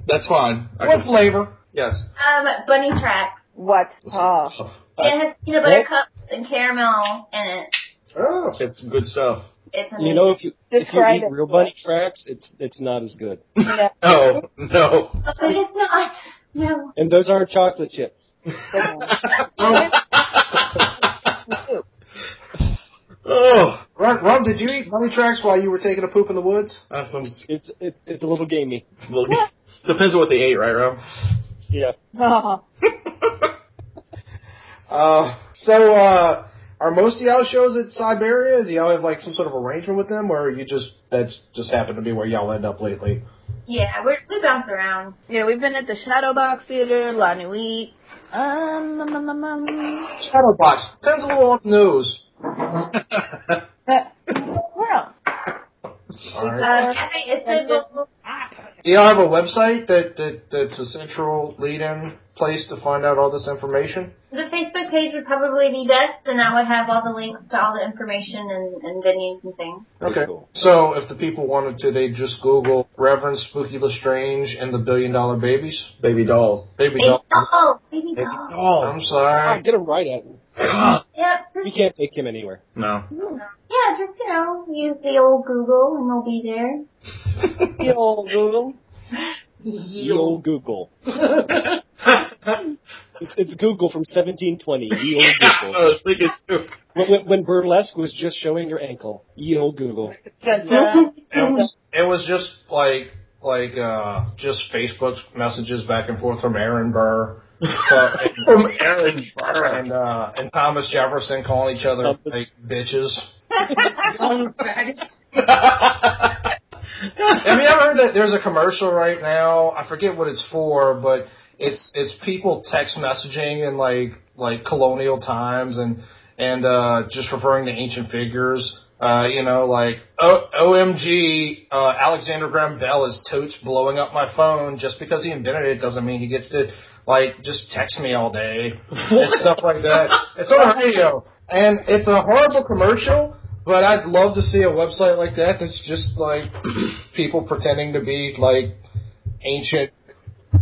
[SPEAKER 1] That's fine. I
[SPEAKER 4] what
[SPEAKER 1] can,
[SPEAKER 4] flavor?
[SPEAKER 1] yes.
[SPEAKER 2] Um, bunny tracks.
[SPEAKER 3] What? Oh,
[SPEAKER 1] Ah.
[SPEAKER 2] It has peanut butter cups and caramel in it.
[SPEAKER 4] Oh,
[SPEAKER 1] It's good stuff.
[SPEAKER 2] It's amazing.
[SPEAKER 5] You know, if you if you
[SPEAKER 3] Describe
[SPEAKER 5] eat
[SPEAKER 3] it.
[SPEAKER 5] real bunny tracks, it's it's not as good.
[SPEAKER 3] yeah.
[SPEAKER 1] No, no.
[SPEAKER 2] oh, it's not. No.
[SPEAKER 5] And those aren't chocolate chips.
[SPEAKER 1] Oh,
[SPEAKER 4] Ron, Ron, did you eat bunny tracks while you were taking a poop in the woods?
[SPEAKER 1] that's some.
[SPEAKER 5] It's it's it's a little gamey.
[SPEAKER 1] Depends on what they ate, right, Rob?
[SPEAKER 5] Yeah.
[SPEAKER 3] Oh,
[SPEAKER 4] Uh, so, uh, are most of y'all shows at Siberia? Do y'all have like some sort of arrangement with them, or you just that's just happened to be where y'all end up lately?
[SPEAKER 2] Yeah, we we bounce around.
[SPEAKER 3] yeah. We've been at the Shadow Box Theater, La Nuit. Um, um, um, um, um.
[SPEAKER 4] Shadowbox sounds a little off the nose.
[SPEAKER 3] But where else?
[SPEAKER 4] Alright.
[SPEAKER 2] Uh, Cafe Istanbul.
[SPEAKER 4] Do y'all have a website that, that that's a central lead-in place to find out all this information?
[SPEAKER 2] The Facebook page would probably be best, and that would have all the links to all the information and, and venues and things.
[SPEAKER 4] Okay.
[SPEAKER 5] Cool.
[SPEAKER 4] So, if the people wanted to, they just Google Reverend Spooky Lestrange and the Billion Dollar Babies.
[SPEAKER 1] Baby dolls.
[SPEAKER 4] Baby
[SPEAKER 2] Baby
[SPEAKER 4] doll.
[SPEAKER 2] doll. Baby
[SPEAKER 1] Baby
[SPEAKER 2] doll.
[SPEAKER 4] I'm
[SPEAKER 1] dolls.
[SPEAKER 5] Ah,
[SPEAKER 4] sorry.
[SPEAKER 5] get him right at him.
[SPEAKER 2] Yep.
[SPEAKER 5] You
[SPEAKER 2] Just,
[SPEAKER 5] can't take him anywhere.
[SPEAKER 1] No.
[SPEAKER 2] yeah, just, you know, use the old Google and they'll be there.
[SPEAKER 3] The old Google.
[SPEAKER 5] Ye old Google.
[SPEAKER 4] Oh.
[SPEAKER 5] It's, it's Google from 1720. Ye old Google.
[SPEAKER 1] I was thinking too.
[SPEAKER 5] When, when- when burlesque was just showing your ankle, ye old Google.
[SPEAKER 3] Dun, dun.
[SPEAKER 4] It was, it was just like like uh just Facebook messages back and forth from Aaron Burr. So,
[SPEAKER 1] From Aaron Burr.
[SPEAKER 4] and uh and Thomas Jefferson calling each other
[SPEAKER 5] Thomas.
[SPEAKER 4] like bitches.
[SPEAKER 7] Young faggot.
[SPEAKER 4] Have you ever heard that there's a commercial right now? I forget what it's for, but it's it's people text messaging in like like colonial times and and uh just referring to ancient figures. Uh, you know, like o- OMG, uh, Alexander Graham Bell is totes blowing up my phone just because he invented it doesn't mean he gets to like just text me all day and stuff like that. It's on the radio, and it's a horrible commercial. But I'd love to see a website like that that's just like people pretending to be like ancient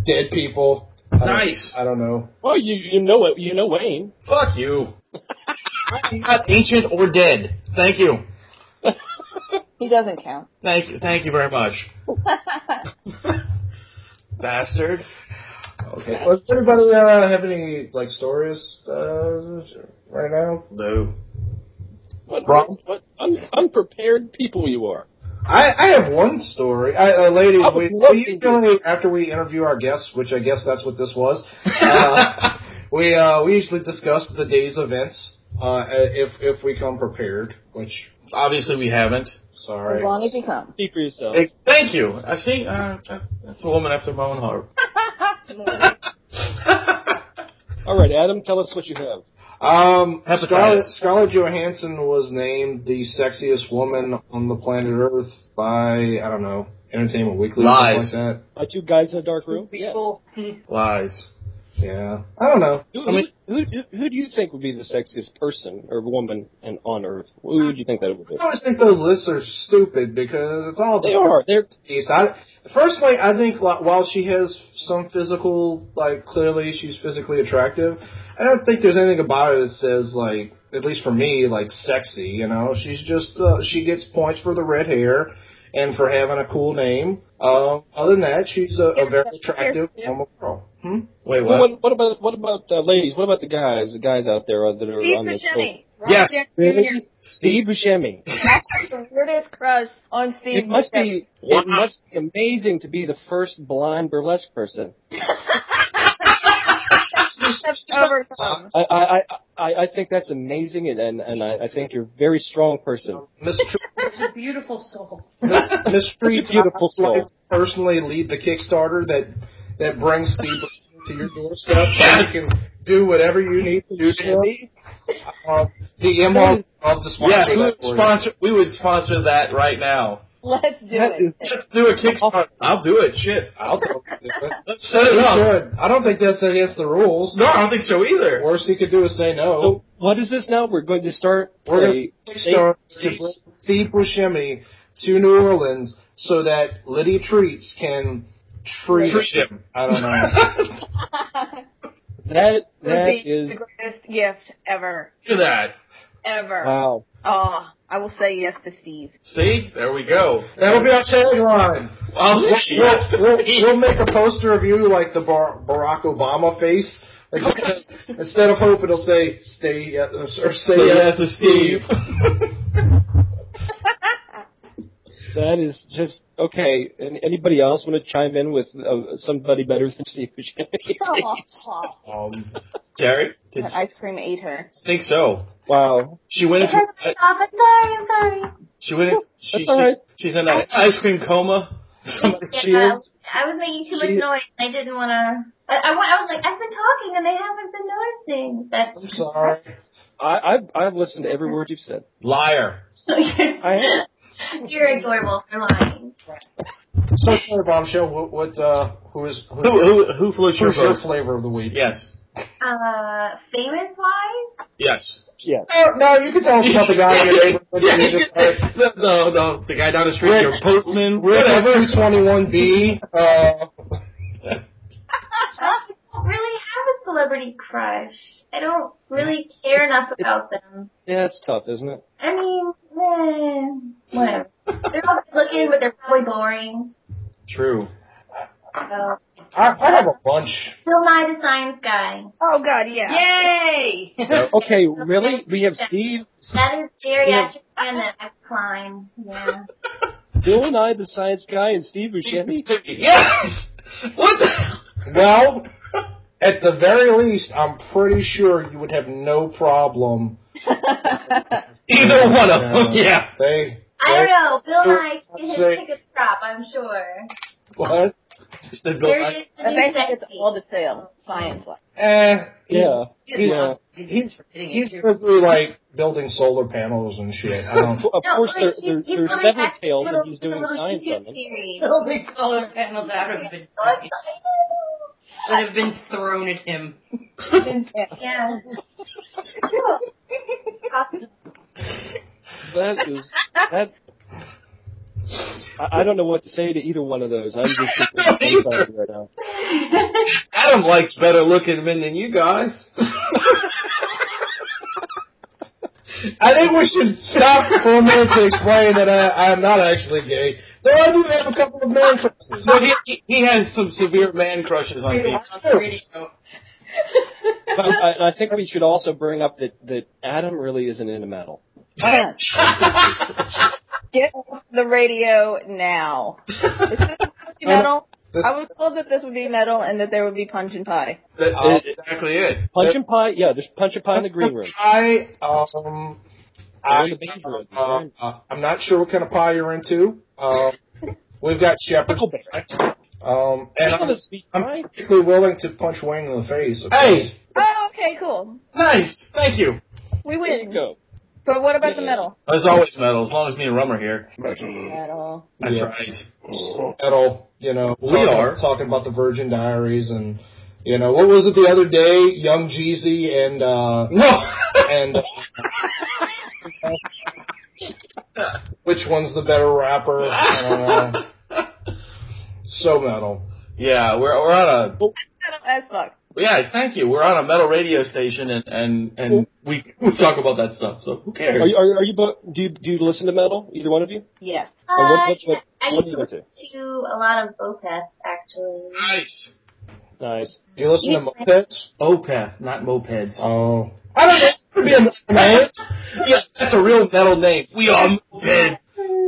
[SPEAKER 4] dead people. I don't-
[SPEAKER 1] Nice.
[SPEAKER 4] I don't know.
[SPEAKER 5] Well, you you know it. You know Wayne.
[SPEAKER 1] Fuck you. I'm not ancient or dead. Thank you.
[SPEAKER 3] He doesn't count.
[SPEAKER 1] Thank you. Thank you very much. Bastard.
[SPEAKER 4] Okay. Well, does anybody uh, have any like stories uh, right now?
[SPEAKER 1] No.
[SPEAKER 5] What
[SPEAKER 4] Wrong.
[SPEAKER 5] what un, unprepared people you are.
[SPEAKER 4] I, I have one story. I, uh, ladies,
[SPEAKER 5] I would
[SPEAKER 4] we,
[SPEAKER 5] love
[SPEAKER 4] we
[SPEAKER 5] to
[SPEAKER 4] usually after we interview our guests, which I guess that's what this was, uh, we uh, we usually discuss the day's events uh, if if we come prepared. Which
[SPEAKER 1] Obviously, we haven't.
[SPEAKER 4] sorry,
[SPEAKER 3] As long as you come.
[SPEAKER 5] Speak for yourself.
[SPEAKER 1] Hey, Thank you. I see. Uh, that's a woman after my own heart.
[SPEAKER 5] All right, Adam, tell us what you have.
[SPEAKER 4] Um,
[SPEAKER 1] Hepatitis.
[SPEAKER 4] Scarlett, Scarlett Johansson was named the sexiest woman on the planet Earth by I don't know Entertainment Weekly,
[SPEAKER 1] Lies.
[SPEAKER 4] something like
[SPEAKER 5] Are two guys in a dark room? Yes.
[SPEAKER 7] People.
[SPEAKER 1] Lies.
[SPEAKER 4] that. Yeah, I don't know.
[SPEAKER 5] Who,
[SPEAKER 1] I mean-
[SPEAKER 5] who, who, who do you think would be the sexiest person or woman and on Earth? Who would you think that would be?
[SPEAKER 4] I always think those lists are stupid because it's all
[SPEAKER 5] They are. They're
[SPEAKER 4] piece. I, personally, I think like, while she has some physical, like clearly she's physically attractive, I don't think there's anything about her that says like, at least for me, like sexy. You know, she's just uh, she gets points for the red hair and for having a cool name. Um, other than that, she's a, a very attractive normal girl. Hmm?
[SPEAKER 1] Wait,
[SPEAKER 5] Well,
[SPEAKER 1] what?
[SPEAKER 5] what, what about what about uh, ladies? What about the guys? The guys out there that are
[SPEAKER 7] Steve
[SPEAKER 5] on the
[SPEAKER 7] Buscemi. Robert
[SPEAKER 1] Yes.
[SPEAKER 7] Downey Jr.
[SPEAKER 5] Really? Steve Buscemi.
[SPEAKER 3] That's the weirdest crush on Steve.
[SPEAKER 5] It must
[SPEAKER 3] Buscemi.
[SPEAKER 5] be it must be amazing to be the first blind burlesque person.
[SPEAKER 3] overcome.
[SPEAKER 5] I I, I- I, I think that's amazing, and and, and I, I think you're a very strong person.
[SPEAKER 4] Miss Tr-
[SPEAKER 7] It's a beautiful soul.
[SPEAKER 4] Miss Street,
[SPEAKER 5] beautiful
[SPEAKER 4] I would like to
[SPEAKER 5] soul.
[SPEAKER 4] personally lead the Kickstarter that that brings Steve to your doorstep.
[SPEAKER 1] Yes.
[SPEAKER 4] So you can do whatever you need to do to him. Um, DM
[SPEAKER 5] That
[SPEAKER 4] her.
[SPEAKER 5] is-
[SPEAKER 4] I'll just sponsor
[SPEAKER 1] Yes, we
[SPEAKER 4] that
[SPEAKER 1] would
[SPEAKER 4] for you.
[SPEAKER 1] sponsor. We would sponsor that right now.
[SPEAKER 3] Let's do
[SPEAKER 5] That
[SPEAKER 3] it.
[SPEAKER 5] is
[SPEAKER 1] Let's do a Kickstarter. I'll do it. Shit.
[SPEAKER 4] I'll tell you.
[SPEAKER 1] Let's set
[SPEAKER 4] You
[SPEAKER 1] it up.
[SPEAKER 4] should. I don't think that's against the rules.
[SPEAKER 1] No, I don't think so either.
[SPEAKER 4] Worst he could do is say no.
[SPEAKER 5] so. What is this now? We're going to start.
[SPEAKER 4] We're
[SPEAKER 5] a-
[SPEAKER 4] going to start to
[SPEAKER 1] Steve-
[SPEAKER 4] bring Steve Buscemi to New Orleans so that Liddy Treats can treat,
[SPEAKER 1] Treat him.
[SPEAKER 4] I don't know.
[SPEAKER 5] that
[SPEAKER 3] Would be
[SPEAKER 5] that is
[SPEAKER 3] the greatest gift ever,
[SPEAKER 1] Look at that.
[SPEAKER 3] ever.
[SPEAKER 5] wow.
[SPEAKER 3] oh, I will say yes to Steve.
[SPEAKER 1] See, there we go.
[SPEAKER 4] That'll be our tagline.
[SPEAKER 1] I'll
[SPEAKER 4] We'll,
[SPEAKER 1] see.
[SPEAKER 4] we'll, we'll, we'll make a poster of you like the Bar- Barack Obama face. Like, instead of hope, it'll say "Stay yes" or
[SPEAKER 1] Say
[SPEAKER 4] "Say, yes to Steve."
[SPEAKER 5] That is just okay. And anybody else want to chime in with uh, somebody better than Steve Buscemi?
[SPEAKER 1] um, Jerry, did
[SPEAKER 3] That
[SPEAKER 1] you
[SPEAKER 3] ice cream ate her.
[SPEAKER 1] think so?
[SPEAKER 5] wow.
[SPEAKER 1] She went
[SPEAKER 2] It
[SPEAKER 1] into.
[SPEAKER 2] hasn't been off. I'm sorry. I'm sorry.
[SPEAKER 1] She went. In, she,
[SPEAKER 5] all right.
[SPEAKER 1] she's, she's in an ice cream coma.
[SPEAKER 2] Yeah,
[SPEAKER 5] Cheers.
[SPEAKER 2] I was making too much
[SPEAKER 5] She-
[SPEAKER 2] noise. I didn't want to. I, I, wa- I was like, I've been talking and they haven't been noticing.
[SPEAKER 4] I'm
[SPEAKER 2] That's
[SPEAKER 4] sorry.
[SPEAKER 5] I, I've I've listened to every word you've said.
[SPEAKER 1] Liar.
[SPEAKER 5] I
[SPEAKER 2] you're adorable for lying.
[SPEAKER 4] So, sorry, bombshell. What, what uh, who is who,
[SPEAKER 1] Who who who floats your
[SPEAKER 4] who's your
[SPEAKER 1] boat?
[SPEAKER 4] flavor of the week?
[SPEAKER 1] Yes.
[SPEAKER 2] Uh, famous wise,
[SPEAKER 1] Yes.
[SPEAKER 5] Yes.
[SPEAKER 4] Oh, no, you can tell us about the guy. in your neighborhood.
[SPEAKER 1] Yeah,
[SPEAKER 4] You just uh, like,
[SPEAKER 1] no, no, no, the guy down the street, your postman,
[SPEAKER 4] Rick
[SPEAKER 1] whatever.
[SPEAKER 4] two twenty one B. Uh,
[SPEAKER 2] I don't really have a celebrity crush. I don't really care
[SPEAKER 5] It's-
[SPEAKER 2] enough
[SPEAKER 5] it's-
[SPEAKER 2] about them.
[SPEAKER 5] Yeah, it's tough, isn't it?
[SPEAKER 2] I mean, eh, whatever. They're all good looking, but they're probably boring.
[SPEAKER 1] True.
[SPEAKER 2] So,
[SPEAKER 4] I, I have a bunch.
[SPEAKER 2] Bill Nye the Science Guy.
[SPEAKER 3] Oh God, yeah.
[SPEAKER 7] Yay!
[SPEAKER 5] Okay, really? We have Steve,
[SPEAKER 2] That is geriatric man that I climb. Yeah.
[SPEAKER 5] Bill and I, the science guy, and Steve Buscemi.
[SPEAKER 1] Yes. What? The?
[SPEAKER 4] Well, at the very least, I'm pretty sure you would have no problem. Oh,
[SPEAKER 1] Either one of them. Yeah.
[SPEAKER 4] They
[SPEAKER 2] I don't know. Bill Nye can hit
[SPEAKER 4] Say-
[SPEAKER 2] pick a crop, I'm sure.
[SPEAKER 4] what?
[SPEAKER 1] She said Bill
[SPEAKER 2] There
[SPEAKER 1] Nye.
[SPEAKER 2] is the
[SPEAKER 3] I
[SPEAKER 2] new
[SPEAKER 3] think it's
[SPEAKER 2] sexy.
[SPEAKER 3] all the sale science like.
[SPEAKER 4] Eh, he's,
[SPEAKER 5] Yeah. Yeah.
[SPEAKER 4] He's-
[SPEAKER 7] forbidding
[SPEAKER 4] he's busy like building solar panels and shit. I don't.
[SPEAKER 5] Of
[SPEAKER 2] No,
[SPEAKER 5] course, there,
[SPEAKER 2] like,
[SPEAKER 5] there,
[SPEAKER 2] he's, he's
[SPEAKER 5] there are
[SPEAKER 2] really
[SPEAKER 5] seven
[SPEAKER 2] actually
[SPEAKER 5] tails,
[SPEAKER 2] little-
[SPEAKER 5] and he's doing
[SPEAKER 2] little
[SPEAKER 5] science
[SPEAKER 2] YouTube
[SPEAKER 5] on them.
[SPEAKER 2] series.
[SPEAKER 7] Building solar panels out of it
[SPEAKER 2] So excited.
[SPEAKER 7] that have been thrown at him.
[SPEAKER 2] Uh, Yeah. Cool. Awesome.
[SPEAKER 5] that is that. I, I don't know what to say to either one of those. I'm just completely dumbfounded right now.
[SPEAKER 1] Adam likes better looking men than you guys. I think we should stop
[SPEAKER 4] for a minute to explain that I, I'm not actually gay. Though I do have a couple of man crushes.
[SPEAKER 1] So he, he has some severe man crushes on people.
[SPEAKER 7] radio.
[SPEAKER 5] But I, I think we should also bring up that that Adam really isn't into metal.
[SPEAKER 3] Get off the radio now. Is this supposed to be metal? I was told that this would be metal and that there would be punch and pie.
[SPEAKER 1] That's exactly it.
[SPEAKER 5] Punch and pie, yeah. There's punch and pie in the green room.
[SPEAKER 4] I um, I,
[SPEAKER 5] They're in the beige room.
[SPEAKER 4] uh, uh, I'm not sure what kind of pie you're into. Um, we've got shepherd's
[SPEAKER 5] Huckleberry.
[SPEAKER 4] Um, and
[SPEAKER 5] That's not
[SPEAKER 4] I'm,
[SPEAKER 5] a sweet
[SPEAKER 4] I'm
[SPEAKER 5] pie.
[SPEAKER 4] particularly willing to punch Wayne in the face. of course.
[SPEAKER 1] Hey,
[SPEAKER 3] Oh, okay, cool.
[SPEAKER 1] nice. Thank you.
[SPEAKER 3] We
[SPEAKER 5] There you
[SPEAKER 3] win.
[SPEAKER 5] go.
[SPEAKER 3] But what about the metal?
[SPEAKER 1] As always, metal. As long as me and Rum are here.
[SPEAKER 3] Metal.
[SPEAKER 1] That's
[SPEAKER 4] Yeah.
[SPEAKER 1] right.
[SPEAKER 4] at all, you know,
[SPEAKER 1] We
[SPEAKER 4] talking,
[SPEAKER 1] are.
[SPEAKER 4] talking about the Virgin Diaries and you know what was it the other day? Young Jeezy and uh
[SPEAKER 1] No.
[SPEAKER 4] and uh, which one's the better rapper? I don't know. So metal.
[SPEAKER 1] yeah, we're we're on a
[SPEAKER 3] Metal as fuck.
[SPEAKER 1] yeah. Thank you. We're on a metal radio station, and and and we we talk about that stuff. So who cares?
[SPEAKER 5] Are you, are, you- are you bo- do you do you listen to metal? Either one of you?
[SPEAKER 3] Yes.
[SPEAKER 5] Oh, what-
[SPEAKER 2] Uh,
[SPEAKER 5] what- what-
[SPEAKER 2] I
[SPEAKER 5] what
[SPEAKER 2] used to
[SPEAKER 5] do you
[SPEAKER 2] listen to a lot of Opeth, actually.
[SPEAKER 1] nice.
[SPEAKER 5] Nice.
[SPEAKER 4] You listen to
[SPEAKER 2] Yeah.
[SPEAKER 4] Mopeds?
[SPEAKER 1] Opeth, not mopeds.
[SPEAKER 4] Oh,
[SPEAKER 1] I don't know. It could be a metal name. Yes, that's a real metal name. We are moped.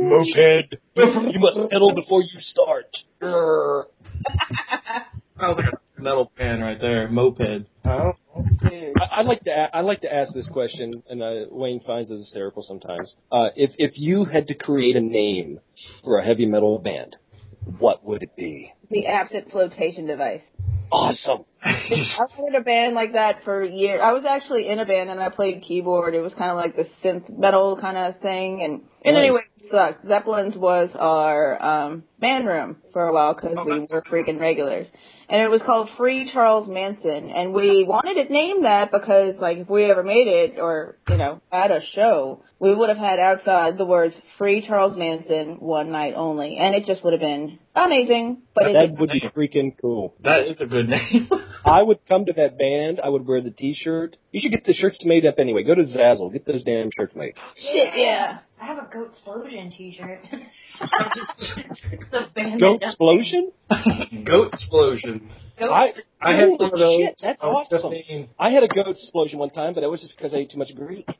[SPEAKER 5] Moped. You must pedal before you start.
[SPEAKER 1] Sounds like a metal band right there. Moped.
[SPEAKER 4] I don't know.
[SPEAKER 3] Dude.
[SPEAKER 5] I, I'd like to a- I'd like to ask this question, and uh, Wayne finds it hysterical sometimes. Uh, if if you had to create a name for a heavy metal band, what would it be?
[SPEAKER 3] The absent flotation device.
[SPEAKER 5] Awesome.
[SPEAKER 3] I wanted a band like that for years. I was actually in a band and I played keyboard. It was kind of like the synth metal kind of thing. And, and
[SPEAKER 5] Nice.
[SPEAKER 3] anyway, it sucked. Zeppelin's was our um, band room for a while because we were freaking regulars. And it was called Free Charles Manson. And we wanted to name that because, like, if we ever made it or, you know, had a show, we would have had outside the words Free Charles Manson one night only. And it just would have been amazing. But it
[SPEAKER 5] That would be freaking cool.
[SPEAKER 1] That is a good name.
[SPEAKER 5] I would come to that band. I would wear the T-shirt. You should get the shirts made up anyway. Go to Zazzle. Get those damn shirts made.
[SPEAKER 3] shit, yeah.
[SPEAKER 7] I have a goat explosion T-shirt. it's a band
[SPEAKER 5] Goat
[SPEAKER 7] that-
[SPEAKER 5] explosion.
[SPEAKER 1] Goat explosion.
[SPEAKER 7] Goat-
[SPEAKER 5] I
[SPEAKER 4] I had
[SPEAKER 5] holy
[SPEAKER 4] one of those.
[SPEAKER 5] Shit, that's
[SPEAKER 4] I was
[SPEAKER 5] awesome.
[SPEAKER 4] 15.
[SPEAKER 5] I had a goat explosion one time, but it was just because I ate too much Greek.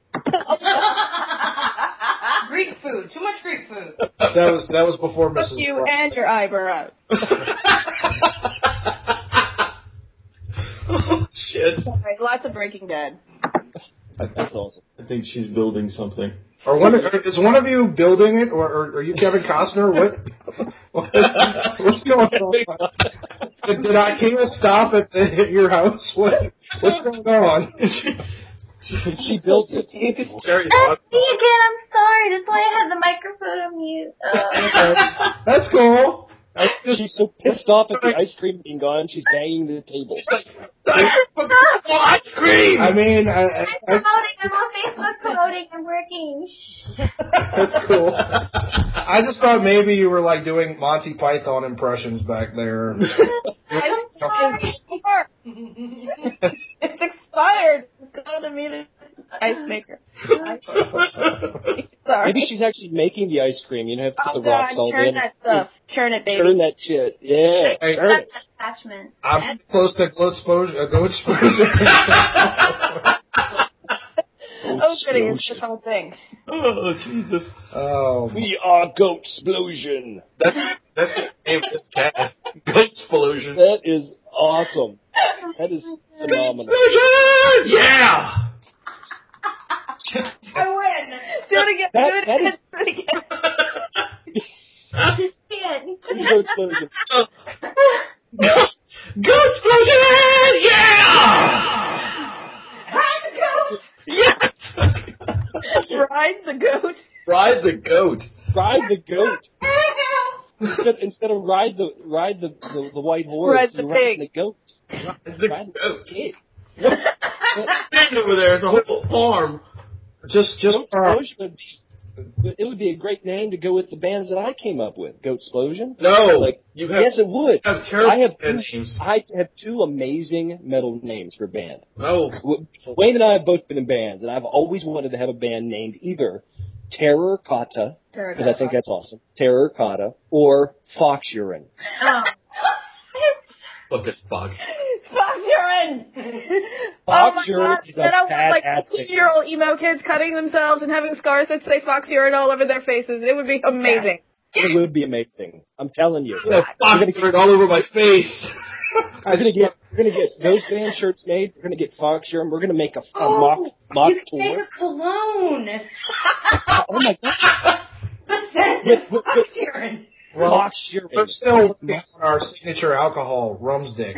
[SPEAKER 7] Greek food. Too much Greek food.
[SPEAKER 4] That was that was before
[SPEAKER 3] Fuck
[SPEAKER 4] Mrs.
[SPEAKER 3] you
[SPEAKER 4] Brown.
[SPEAKER 3] and your eyebrows.
[SPEAKER 1] Oh, shit.
[SPEAKER 3] Sorry, lots of Breaking Bad.
[SPEAKER 5] That's awesome.
[SPEAKER 1] I think she's building something.
[SPEAKER 4] Or one of, is one of you building it, or, or are you Kevin Costner? What? What's going on? Did, did Ikea stop at, the, at your house? What? What's going on?
[SPEAKER 5] She built it.
[SPEAKER 1] Jerry,
[SPEAKER 2] That's me again. I'm sorry. That's why I had the microphone on mute. Uh,
[SPEAKER 4] That's cool. I just,
[SPEAKER 5] She's so pissed off at the ice cream being gone, she's banging the table.
[SPEAKER 1] ice cream!
[SPEAKER 4] I mean, I, I,
[SPEAKER 2] I'm
[SPEAKER 4] I,
[SPEAKER 2] promoting. I'm on Facebook promoting. I'm working. Shh.
[SPEAKER 4] that's cool. I just thought maybe you were like doing Monty Python impressions back there.
[SPEAKER 2] I'm sorry.
[SPEAKER 3] It's expired. Go to meet an ice maker. Sorry.
[SPEAKER 5] Maybe she's actually making the ice cream. You don't have to put
[SPEAKER 3] oh
[SPEAKER 5] the rock
[SPEAKER 3] god,
[SPEAKER 5] salt
[SPEAKER 3] churn
[SPEAKER 5] in.
[SPEAKER 3] that stuff. Churn it, baby.
[SPEAKER 5] Churn that shit. Yeah.
[SPEAKER 4] Hey,
[SPEAKER 5] Churn it.
[SPEAKER 2] That's attachment.
[SPEAKER 4] I'm close to goat exposure. Goat exposure.
[SPEAKER 3] oh goody,
[SPEAKER 5] Oh,
[SPEAKER 3] it's the
[SPEAKER 5] shit.
[SPEAKER 3] whole thing.
[SPEAKER 1] oh, Jesus.
[SPEAKER 4] Oh,
[SPEAKER 5] We are goat explosion.
[SPEAKER 1] That's, that's the name of this cast. Goat explosion.
[SPEAKER 5] That is awesome. That is phenomenal.
[SPEAKER 1] Explosion! Yeah!
[SPEAKER 7] I win.
[SPEAKER 3] Do it again.
[SPEAKER 5] That-
[SPEAKER 3] do it
[SPEAKER 5] that
[SPEAKER 3] again.
[SPEAKER 5] is-
[SPEAKER 3] do it again.
[SPEAKER 5] Goat explosion.
[SPEAKER 1] Goat explosion! Yeah! Yes!
[SPEAKER 3] Ride the goat.
[SPEAKER 1] Ride the goat.
[SPEAKER 5] Ride the goat. Instead, instead of ride the ride the, the, the white horse,
[SPEAKER 3] Ride the
[SPEAKER 5] you
[SPEAKER 3] pig.
[SPEAKER 5] the goat.
[SPEAKER 1] The
[SPEAKER 5] Ride
[SPEAKER 1] goat.
[SPEAKER 5] Pig.
[SPEAKER 1] Stand over there. It's a whole farm.
[SPEAKER 4] just just
[SPEAKER 5] uh, Goat explosion would be It would be a great name to go with the bands that I came up with. Goat Explosion.
[SPEAKER 1] No,
[SPEAKER 5] Like,
[SPEAKER 1] you have,
[SPEAKER 5] yes, it would.
[SPEAKER 1] you have terrible
[SPEAKER 5] I have-
[SPEAKER 1] band names.
[SPEAKER 5] I have two amazing metal names for band.
[SPEAKER 1] No,
[SPEAKER 5] W- Wayne and I have both been in bands, and I've always wanted to have a band named either Terror Kata, because I think that's awesome, Terror Kata, or Fox Urine.
[SPEAKER 7] Oh.
[SPEAKER 1] fucking fox.
[SPEAKER 3] Fuck urine. oh
[SPEAKER 5] Fox
[SPEAKER 3] my
[SPEAKER 5] urine
[SPEAKER 3] god.
[SPEAKER 5] is a
[SPEAKER 3] Then I want like
[SPEAKER 5] badass thing.
[SPEAKER 3] 15 year old emo kids cutting themselves and having scars that say Fox urine all over their faces. It would be amazing.
[SPEAKER 5] It would be amazing. I'm telling you.
[SPEAKER 1] You have fox urine all over my face.
[SPEAKER 5] We're gonna get we're gonna get those band shirts made. We're gonna get Fox Urine. We're gonna make a, a
[SPEAKER 3] Oh,
[SPEAKER 5] mock mock
[SPEAKER 7] you can
[SPEAKER 5] tour.
[SPEAKER 7] make a cologne.
[SPEAKER 5] oh my god,
[SPEAKER 7] the scent
[SPEAKER 5] With-
[SPEAKER 7] of
[SPEAKER 5] with-
[SPEAKER 7] fox
[SPEAKER 5] with-
[SPEAKER 7] urine.
[SPEAKER 4] Well,
[SPEAKER 5] Fox Urine.
[SPEAKER 4] we're still working on our signature alcohol, rum's dick.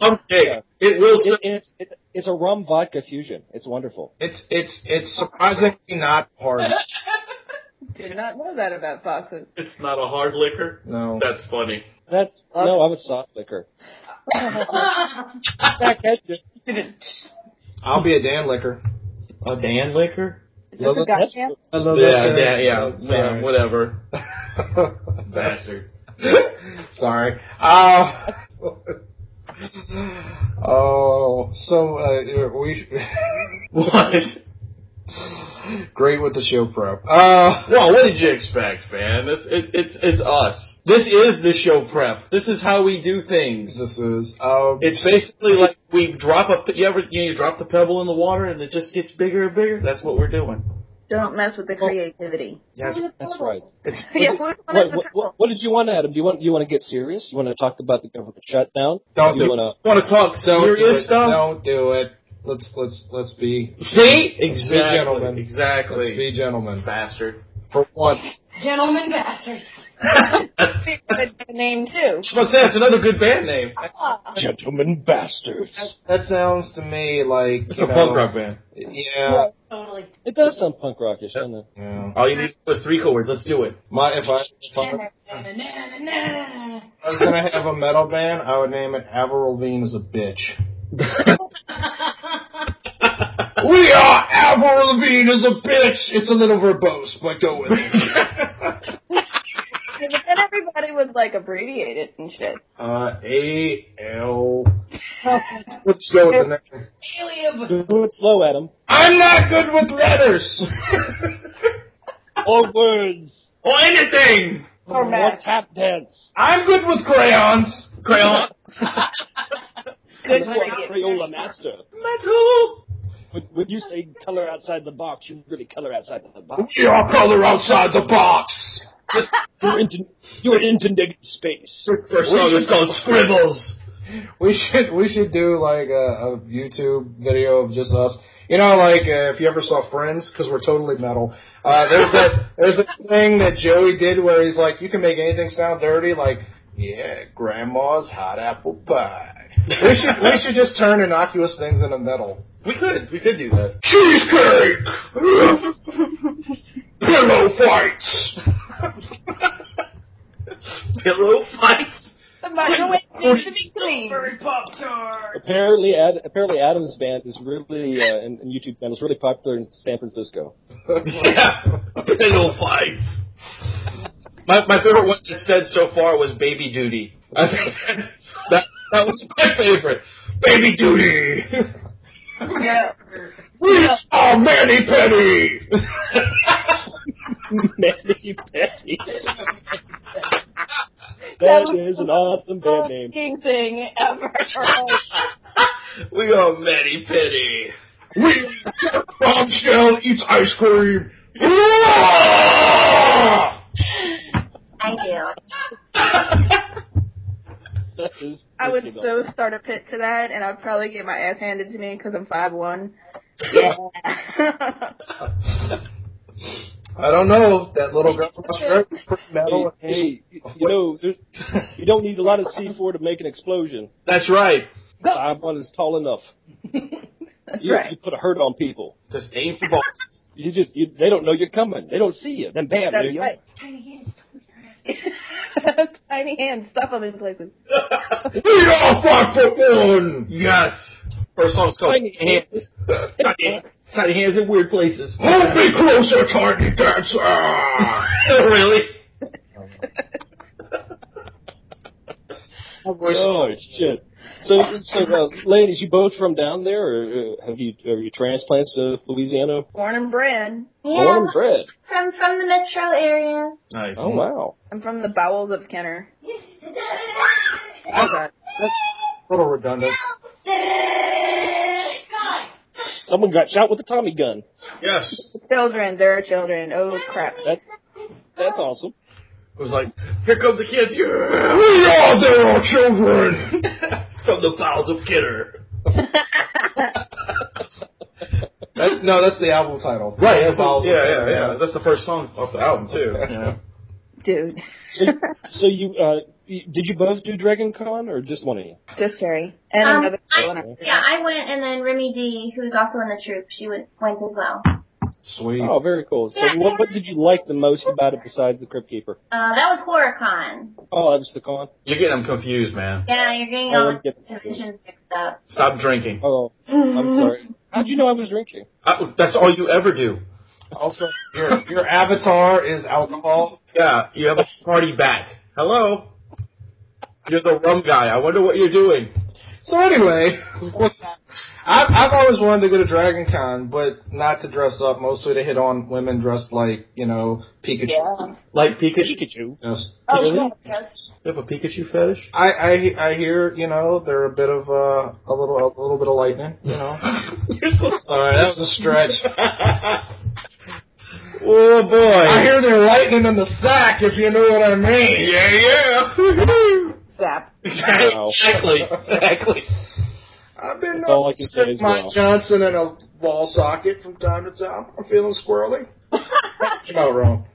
[SPEAKER 1] I'm dick. It will.
[SPEAKER 5] It-
[SPEAKER 1] Say,
[SPEAKER 5] it's it, it's a rum vodka fusion. It's wonderful.
[SPEAKER 4] It's it's it's surprisingly not hard.
[SPEAKER 3] Did not know that about foxes.
[SPEAKER 1] it's not a hard liquor.
[SPEAKER 4] No.
[SPEAKER 1] That's funny.
[SPEAKER 5] That's no, I was soft liquor. Back at you.
[SPEAKER 4] I'll be a Dan liquor.
[SPEAKER 1] A Dan liquor?
[SPEAKER 3] Is
[SPEAKER 4] Love
[SPEAKER 3] this a
[SPEAKER 4] it.
[SPEAKER 3] Oh,
[SPEAKER 5] That's
[SPEAKER 3] goddamn?
[SPEAKER 4] I love
[SPEAKER 1] yeah,
[SPEAKER 4] that.
[SPEAKER 1] yeah, yeah,
[SPEAKER 4] Sorry.
[SPEAKER 1] yeah. Whatever,
[SPEAKER 4] Bad.
[SPEAKER 1] bastard.
[SPEAKER 4] Sorry. Uh, oh, so uh, we
[SPEAKER 1] What?
[SPEAKER 4] great with the show prep. Uh,
[SPEAKER 1] Well, what did you expect, man? It's it, it's it's us. This is the show prep. This is how we do things.
[SPEAKER 4] this is um,
[SPEAKER 1] It's basically like we drop a you ever you, know, you drop the pebble in the water and it just gets bigger and bigger. That's what we're doing.
[SPEAKER 3] Don't mess with the creativity.
[SPEAKER 1] Yes.
[SPEAKER 5] That's right.
[SPEAKER 3] yeah, we want
[SPEAKER 5] What,
[SPEAKER 3] to
[SPEAKER 5] what, what, what did you want, Adam? Do you want you want to get serious? You want to talk about the government shutdown?
[SPEAKER 4] Don't
[SPEAKER 5] you
[SPEAKER 4] do
[SPEAKER 5] want
[SPEAKER 1] Want to talk
[SPEAKER 4] don't do
[SPEAKER 1] serious
[SPEAKER 4] it.
[SPEAKER 1] stuff?
[SPEAKER 4] Don't do it. Let's let's let's be
[SPEAKER 1] See,
[SPEAKER 4] Let's be
[SPEAKER 1] exactly,
[SPEAKER 4] gentlemen. let's
[SPEAKER 1] exactly,
[SPEAKER 4] be gentlemen
[SPEAKER 1] bastard.
[SPEAKER 4] for once.
[SPEAKER 7] Gentlemen bastards.
[SPEAKER 1] that's, that's, that's,
[SPEAKER 3] the name too.
[SPEAKER 1] that's another good band name.
[SPEAKER 5] to gentlemen bastards?
[SPEAKER 4] That sounds to me like
[SPEAKER 1] It's
[SPEAKER 4] you
[SPEAKER 1] a
[SPEAKER 4] know,
[SPEAKER 1] punk rock band.
[SPEAKER 4] Yeah.
[SPEAKER 7] Totally.
[SPEAKER 5] It does sound punk rockish, doesn't it?
[SPEAKER 4] yeah.
[SPEAKER 1] All you need was three chords. Let's do it.
[SPEAKER 4] My if I, if I
[SPEAKER 7] Na-na-na-na-na-na.
[SPEAKER 4] I was gonna have a metal band, I would name it Avril Lavigne is a bitch. We are Avril Lavigne is a bitch. It's a little verbose, but go with it.
[SPEAKER 3] Yeah, but then everybody would like abbreviate it and shit.
[SPEAKER 4] uh, A L. Let's go with the name.
[SPEAKER 7] Aliab.
[SPEAKER 5] Do it slow, Adam.
[SPEAKER 4] I'm not good with letters.
[SPEAKER 5] All words.
[SPEAKER 1] Or anything.
[SPEAKER 3] Or
[SPEAKER 5] One
[SPEAKER 3] Matt.
[SPEAKER 5] tap dance.
[SPEAKER 4] I'm good with crayons.
[SPEAKER 1] Crayon.
[SPEAKER 3] Good
[SPEAKER 5] You are
[SPEAKER 3] for you.
[SPEAKER 5] Crayola master.
[SPEAKER 1] Metal.
[SPEAKER 5] When, when you say color outside the box, you really color outside the box.
[SPEAKER 4] We are color outside the box.
[SPEAKER 5] You're into you're into negative space.
[SPEAKER 1] First song is called Scribbles.
[SPEAKER 4] We should we should do like a, a YouTube video of just us. You know, like uh, if you ever saw Friends, because we're totally metal. Uh, there's that there's a thing that Joey did where he's like, you can make anything sound dirty. Like, yeah, grandma's hot apple pie. We should we should just turn innocuous things into metal.
[SPEAKER 1] We could, we could do that.
[SPEAKER 4] Cheesecake, pillow fights.
[SPEAKER 1] Pillow fights.
[SPEAKER 3] The microwave needs to be clean.
[SPEAKER 7] Very pop tart.
[SPEAKER 5] Apparently, Ad, apparently Adam's band is really uh, and, and YouTube channel is really popular in San Francisco.
[SPEAKER 1] Yeah. Pillow fights. My my favorite one that said so far was Baby Duty. I think that that was my favorite. Baby Duty.
[SPEAKER 4] We are Manny Penny.
[SPEAKER 5] Manny Petty. that is an awesome band name.
[SPEAKER 3] Fucking thing ever.
[SPEAKER 1] we are Manny Penny.
[SPEAKER 4] We bombshell eats ice cream.
[SPEAKER 2] I do.
[SPEAKER 5] That is
[SPEAKER 3] I would
[SPEAKER 5] freaking
[SPEAKER 3] so start a pit to that, and I'd probably get my ass handed to me because I'm five one. Yeah.
[SPEAKER 4] I don't know. That little girl was very metal.
[SPEAKER 5] awesome. Hey, hey, you know, there's, you don't need a lot of C4 to make an explosion.
[SPEAKER 1] That's right.
[SPEAKER 5] I'm one is tall enough.
[SPEAKER 3] That's
[SPEAKER 5] You,
[SPEAKER 3] right.
[SPEAKER 5] you put a hurt on people.
[SPEAKER 1] Just aim for ball.
[SPEAKER 5] You just you, they don't know you're coming. They don't see you. Then bam, there
[SPEAKER 3] That's
[SPEAKER 5] you
[SPEAKER 3] right.
[SPEAKER 7] Tiny hands.
[SPEAKER 3] Tiny hands, stuff them in places.
[SPEAKER 4] We are five foot one.
[SPEAKER 1] Yes. First song's called
[SPEAKER 5] Tiny
[SPEAKER 1] Hands.
[SPEAKER 5] are.
[SPEAKER 1] Got your hands in weird places.
[SPEAKER 6] Hold me closer, tiny dancer.
[SPEAKER 1] really?
[SPEAKER 5] Oh shit! So, so uh, ladies, you both from down there, or uh, have you are you transplants to Louisiana?
[SPEAKER 3] Born and bred.
[SPEAKER 2] Yeah,
[SPEAKER 5] Born and bred.
[SPEAKER 2] from from the metro area.
[SPEAKER 1] Nice.
[SPEAKER 5] Oh wow!
[SPEAKER 3] I'm from the bowels of Kenner.
[SPEAKER 4] A little redundant.
[SPEAKER 5] Someone got shot with a Tommy gun.
[SPEAKER 1] Yes.
[SPEAKER 3] Children, there are children. Oh crap.
[SPEAKER 5] That's that's awesome.
[SPEAKER 1] It was like, here come the kids. Yeah.
[SPEAKER 6] We are there, our children.
[SPEAKER 1] From the bowels of Kidder.
[SPEAKER 4] That, no, that's the album title.
[SPEAKER 1] That's all-
[SPEAKER 4] Balls of
[SPEAKER 1] yeah, yeah,
[SPEAKER 4] Fire.
[SPEAKER 1] yeah. That's the first song off the album too. Yeah.
[SPEAKER 3] Dude.
[SPEAKER 5] So, so you uh, y- did you both do Dragon Con or just one of you?
[SPEAKER 3] Just Terry. And
[SPEAKER 2] Um,
[SPEAKER 3] another
[SPEAKER 2] I-
[SPEAKER 3] girl in our-
[SPEAKER 2] Yeah, I went, and then Remy D, who's also in the troop, she went, went as well.
[SPEAKER 4] Sweet.
[SPEAKER 5] Oh, very cool. So
[SPEAKER 2] Yeah.
[SPEAKER 5] what what did you like the most about it besides the Crypt Keeper?
[SPEAKER 2] Uh, that was HorrorCon.
[SPEAKER 5] Oh, that was the con.
[SPEAKER 1] You're getting them confused, man.
[SPEAKER 2] Yeah, you're getting
[SPEAKER 5] I
[SPEAKER 2] all
[SPEAKER 5] would
[SPEAKER 2] the
[SPEAKER 5] get-
[SPEAKER 2] conventions mixed up.
[SPEAKER 1] Stop drinking.
[SPEAKER 5] Oh,
[SPEAKER 2] Mm-hmm.
[SPEAKER 5] I'm sorry. How'd you know I was drinking?
[SPEAKER 1] I, that's all you ever do.
[SPEAKER 4] Also, your your avatar is alcohol.
[SPEAKER 1] Yeah, you have a party bat. Hello. You're the rum guy. I wonder what you're doing.
[SPEAKER 4] So anyway, I've, I've always wanted to go to Dragon Con, but not to dress up. Mostly to hit on women dressed like you know Pikachu.
[SPEAKER 3] Yeah.
[SPEAKER 1] Like Pikachu.
[SPEAKER 5] Pikachu.
[SPEAKER 4] Yes.
[SPEAKER 3] Oh,
[SPEAKER 1] Really?
[SPEAKER 3] God, yes.
[SPEAKER 1] You have a Pikachu fetish?
[SPEAKER 4] I, I I hear you know they're a bit of uh, a little a little bit of lightning. You know.
[SPEAKER 1] You're so
[SPEAKER 4] Sorry, that was a stretch.
[SPEAKER 1] oh boy.
[SPEAKER 4] I hear they're lightning in the sack, if you know what I mean.
[SPEAKER 1] yeah, yeah.
[SPEAKER 3] Zap.
[SPEAKER 5] Wow.
[SPEAKER 1] exactly. Exactly.
[SPEAKER 4] I've been
[SPEAKER 5] That's all I can say as
[SPEAKER 4] Mike
[SPEAKER 5] well.
[SPEAKER 4] Johnson in a wall socket from time to time. I'm feeling squirrely. You're not wrong.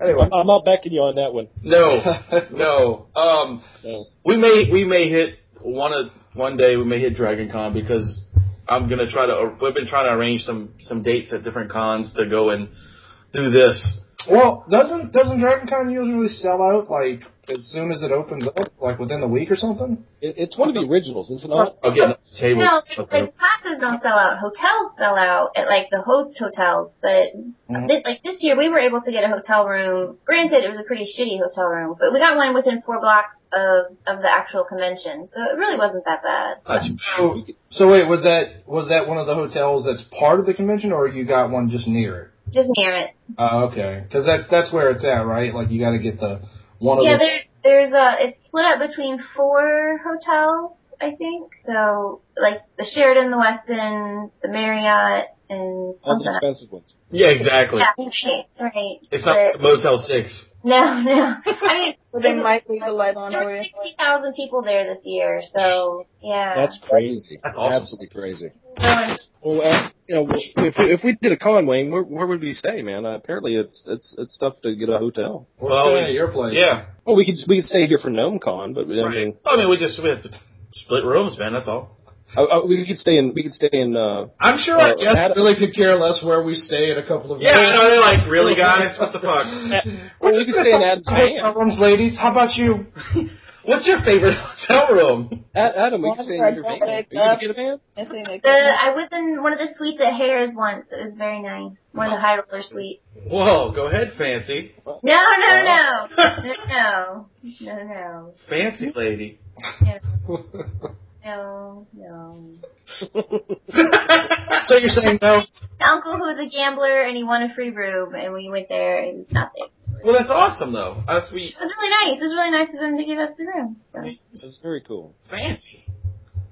[SPEAKER 4] anyway,
[SPEAKER 5] I'm not backing you on that one.
[SPEAKER 1] No. No. Um
[SPEAKER 5] No.
[SPEAKER 1] we may we may hit one of one day we may hit Dragon Con because I'm gonna try to we've been trying to arrange some some dates at different cons to go and do this.
[SPEAKER 4] well, doesn't doesn't Dragon Con usually sell out like as soon as it opens up, like within the week or something?
[SPEAKER 5] It, it's one of the originals, is it not?
[SPEAKER 1] I'll get another table.
[SPEAKER 2] No, like, like classes don't sell out. Hotels sell out at like the host hotels, but
[SPEAKER 5] Mm-hmm.
[SPEAKER 2] this, like this year we were able to get a hotel room. Granted, it was a pretty shitty hotel room, but we got one within four blocks of of the actual convention, so it really wasn't that bad.
[SPEAKER 1] That's-
[SPEAKER 4] So, so wait, was that was that one of the hotels that's part of the convention, or you got one just near it?
[SPEAKER 2] Just near it.
[SPEAKER 4] Oh, okay, because that's that's where it's at, right? Like you got to get the one of
[SPEAKER 2] Yeah,
[SPEAKER 4] the
[SPEAKER 2] there's there's a it's split up between four hotels, I think. So like the Sheridan, the Westin, the Marriott,
[SPEAKER 1] Oh,
[SPEAKER 2] and
[SPEAKER 5] All the
[SPEAKER 2] something.
[SPEAKER 5] expensive ones.
[SPEAKER 1] yeah, exactly.
[SPEAKER 2] Yeah, right, right.
[SPEAKER 1] It's not
[SPEAKER 2] But-
[SPEAKER 1] Motel Six.
[SPEAKER 2] No, no. I mean,
[SPEAKER 3] Well, they
[SPEAKER 2] it was-
[SPEAKER 3] might leave the light on
[SPEAKER 2] there
[SPEAKER 3] for
[SPEAKER 2] were
[SPEAKER 3] you.
[SPEAKER 2] sixty thousand people there this year, so yeah.
[SPEAKER 5] That's crazy.
[SPEAKER 1] That's awesome.
[SPEAKER 5] Absolutely crazy.
[SPEAKER 2] So,
[SPEAKER 5] Well, uh, you know, if if we did a con, Wayne, where, where would we stay, man? Uh, apparently, it's it's it's tough to get a hotel.
[SPEAKER 4] we're
[SPEAKER 1] Well,
[SPEAKER 4] staying
[SPEAKER 1] we-
[SPEAKER 4] at your place.
[SPEAKER 1] Yeah.
[SPEAKER 5] Well, we could we could stay here for Gnome Con, but I mean,
[SPEAKER 1] I mean, we just we have to split rooms, man. That's all.
[SPEAKER 5] I, I, we could stay in we could stay in. Uh,
[SPEAKER 4] I'm sure
[SPEAKER 5] Uh,
[SPEAKER 4] I guess
[SPEAKER 5] Adam-
[SPEAKER 4] Billy could care less where we stay in a couple of
[SPEAKER 1] Yeah,
[SPEAKER 4] years.
[SPEAKER 1] I know, they're like, really, guys? What the fuck?
[SPEAKER 5] well, we could stay in Adam's van.
[SPEAKER 4] Problems, ladies. How about you?
[SPEAKER 1] What's your favorite hotel room?
[SPEAKER 5] Ad- Adam, we could stay in your van. Are you gonna get a van?
[SPEAKER 3] Missing the
[SPEAKER 2] the I was in one of the suites at Harris once. It was very nice. One of
[SPEAKER 1] Oh.
[SPEAKER 2] the high roller suites.
[SPEAKER 1] Whoa, go ahead, fancy.
[SPEAKER 2] No, no, no,
[SPEAKER 1] Oh.
[SPEAKER 2] no, no, no, no,
[SPEAKER 1] Fancy lady.
[SPEAKER 2] no, no.
[SPEAKER 4] So you're saying no?
[SPEAKER 2] The uncle who was a gambler and he won a free room, and we went there and it was nothing.
[SPEAKER 1] Well, that's awesome though. That's we
[SPEAKER 2] It was really nice. It was really nice of them to give us the room.
[SPEAKER 5] That's very cool.
[SPEAKER 1] fancy.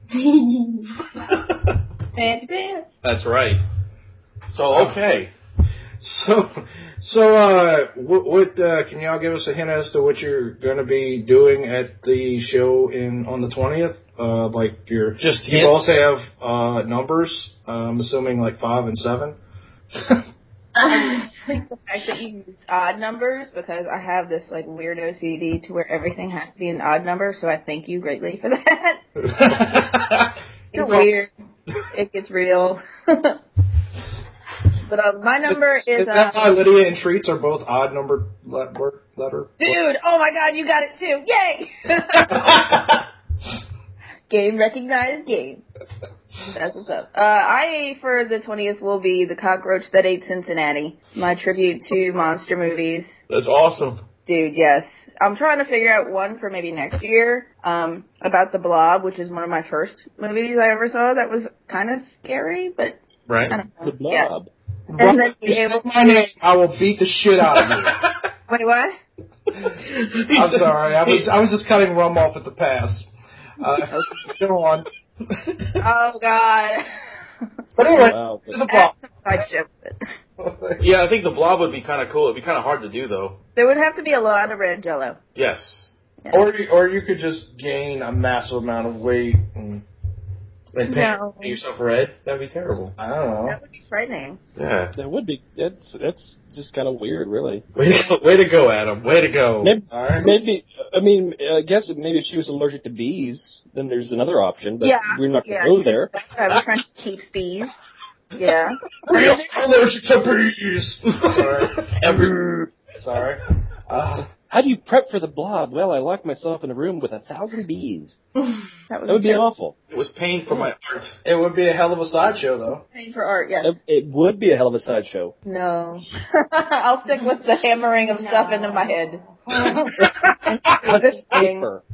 [SPEAKER 2] So.
[SPEAKER 3] fancy pants.
[SPEAKER 1] that's right. So okay,
[SPEAKER 4] So, so uh, what, what uh, can y'all give us a hint as to what you're going to be doing at the show in on the twentieth? Uh, like your
[SPEAKER 1] Just
[SPEAKER 4] you
[SPEAKER 1] hints?
[SPEAKER 4] both have uh, numbers. I'm assuming like five and seven.
[SPEAKER 3] The fact that you used odd numbers because I have this like weird OCD to where everything has to be an odd number, so I thank you greatly for that. It's weird. It gets real. but uh, my number is,
[SPEAKER 4] is that
[SPEAKER 3] uh,
[SPEAKER 4] why Lydia and treats are both odd numbered let, word, letter?
[SPEAKER 3] dude. Oh my god, you got it too! Yay! game recognized game. That's what's up. Uh, I for the twentieth will be the cockroach that ate Cincinnati. My tribute to monster movies,
[SPEAKER 1] That's awesome.
[SPEAKER 3] dude. Yes, I'm trying to figure out one for maybe next year. Um, about the Blob, which is one of my first movies I ever saw. That was kind of scary, but
[SPEAKER 1] Right.
[SPEAKER 3] I don't know.
[SPEAKER 5] The
[SPEAKER 3] Yeah.
[SPEAKER 5] blob.
[SPEAKER 3] And then
[SPEAKER 4] You
[SPEAKER 3] be able
[SPEAKER 4] say my name, I will beat the shit out of you.
[SPEAKER 3] Wait, what?
[SPEAKER 4] I'm sorry. I was I was just cutting rum off at the pass. Uh, go on.
[SPEAKER 3] Oh God.
[SPEAKER 4] But anyway,
[SPEAKER 5] Wow.
[SPEAKER 4] to the
[SPEAKER 3] That's
[SPEAKER 4] blob.
[SPEAKER 3] a sideshow.
[SPEAKER 1] Yeah, I think the blob would be kind of cool. It'd be kind of hard to do though.
[SPEAKER 3] There would have to be a lot of red jello.
[SPEAKER 1] Yes.
[SPEAKER 4] or you- or you could just gain a massive amount of weight. And,
[SPEAKER 1] And paint
[SPEAKER 3] No.
[SPEAKER 1] paint yourself red. That'd be terrible.
[SPEAKER 4] I don't know.
[SPEAKER 3] That would be frightening.
[SPEAKER 1] Yeah.
[SPEAKER 5] That would be. That's that's just kind of weird, really.
[SPEAKER 1] Way to go, way to go Adam. Way to go.
[SPEAKER 5] Maybe,
[SPEAKER 4] All right.
[SPEAKER 5] maybe I mean, I guess maybe if she was allergic to bees, then there's another option. But
[SPEAKER 3] Yeah,
[SPEAKER 5] we're not going
[SPEAKER 3] yeah.
[SPEAKER 5] to go there.
[SPEAKER 3] That's what I was trying to keep speed. Yeah.
[SPEAKER 4] allergic to bees. Sorry.
[SPEAKER 1] Every-
[SPEAKER 4] Sorry. Uh,
[SPEAKER 5] How do you prep for the blob? Well, I locked myself in a room with a thousand bees.
[SPEAKER 3] That
[SPEAKER 5] That would be awful.
[SPEAKER 1] it was pain for my heart.
[SPEAKER 4] it would be a hell of a sideshow, though.
[SPEAKER 3] Pain for art, yes.
[SPEAKER 5] It, it would be a hell of a sideshow.
[SPEAKER 3] No. I'll stick with the hammering of stuff into my head.
[SPEAKER 5] Much
[SPEAKER 3] Resisting.
[SPEAKER 5] safer.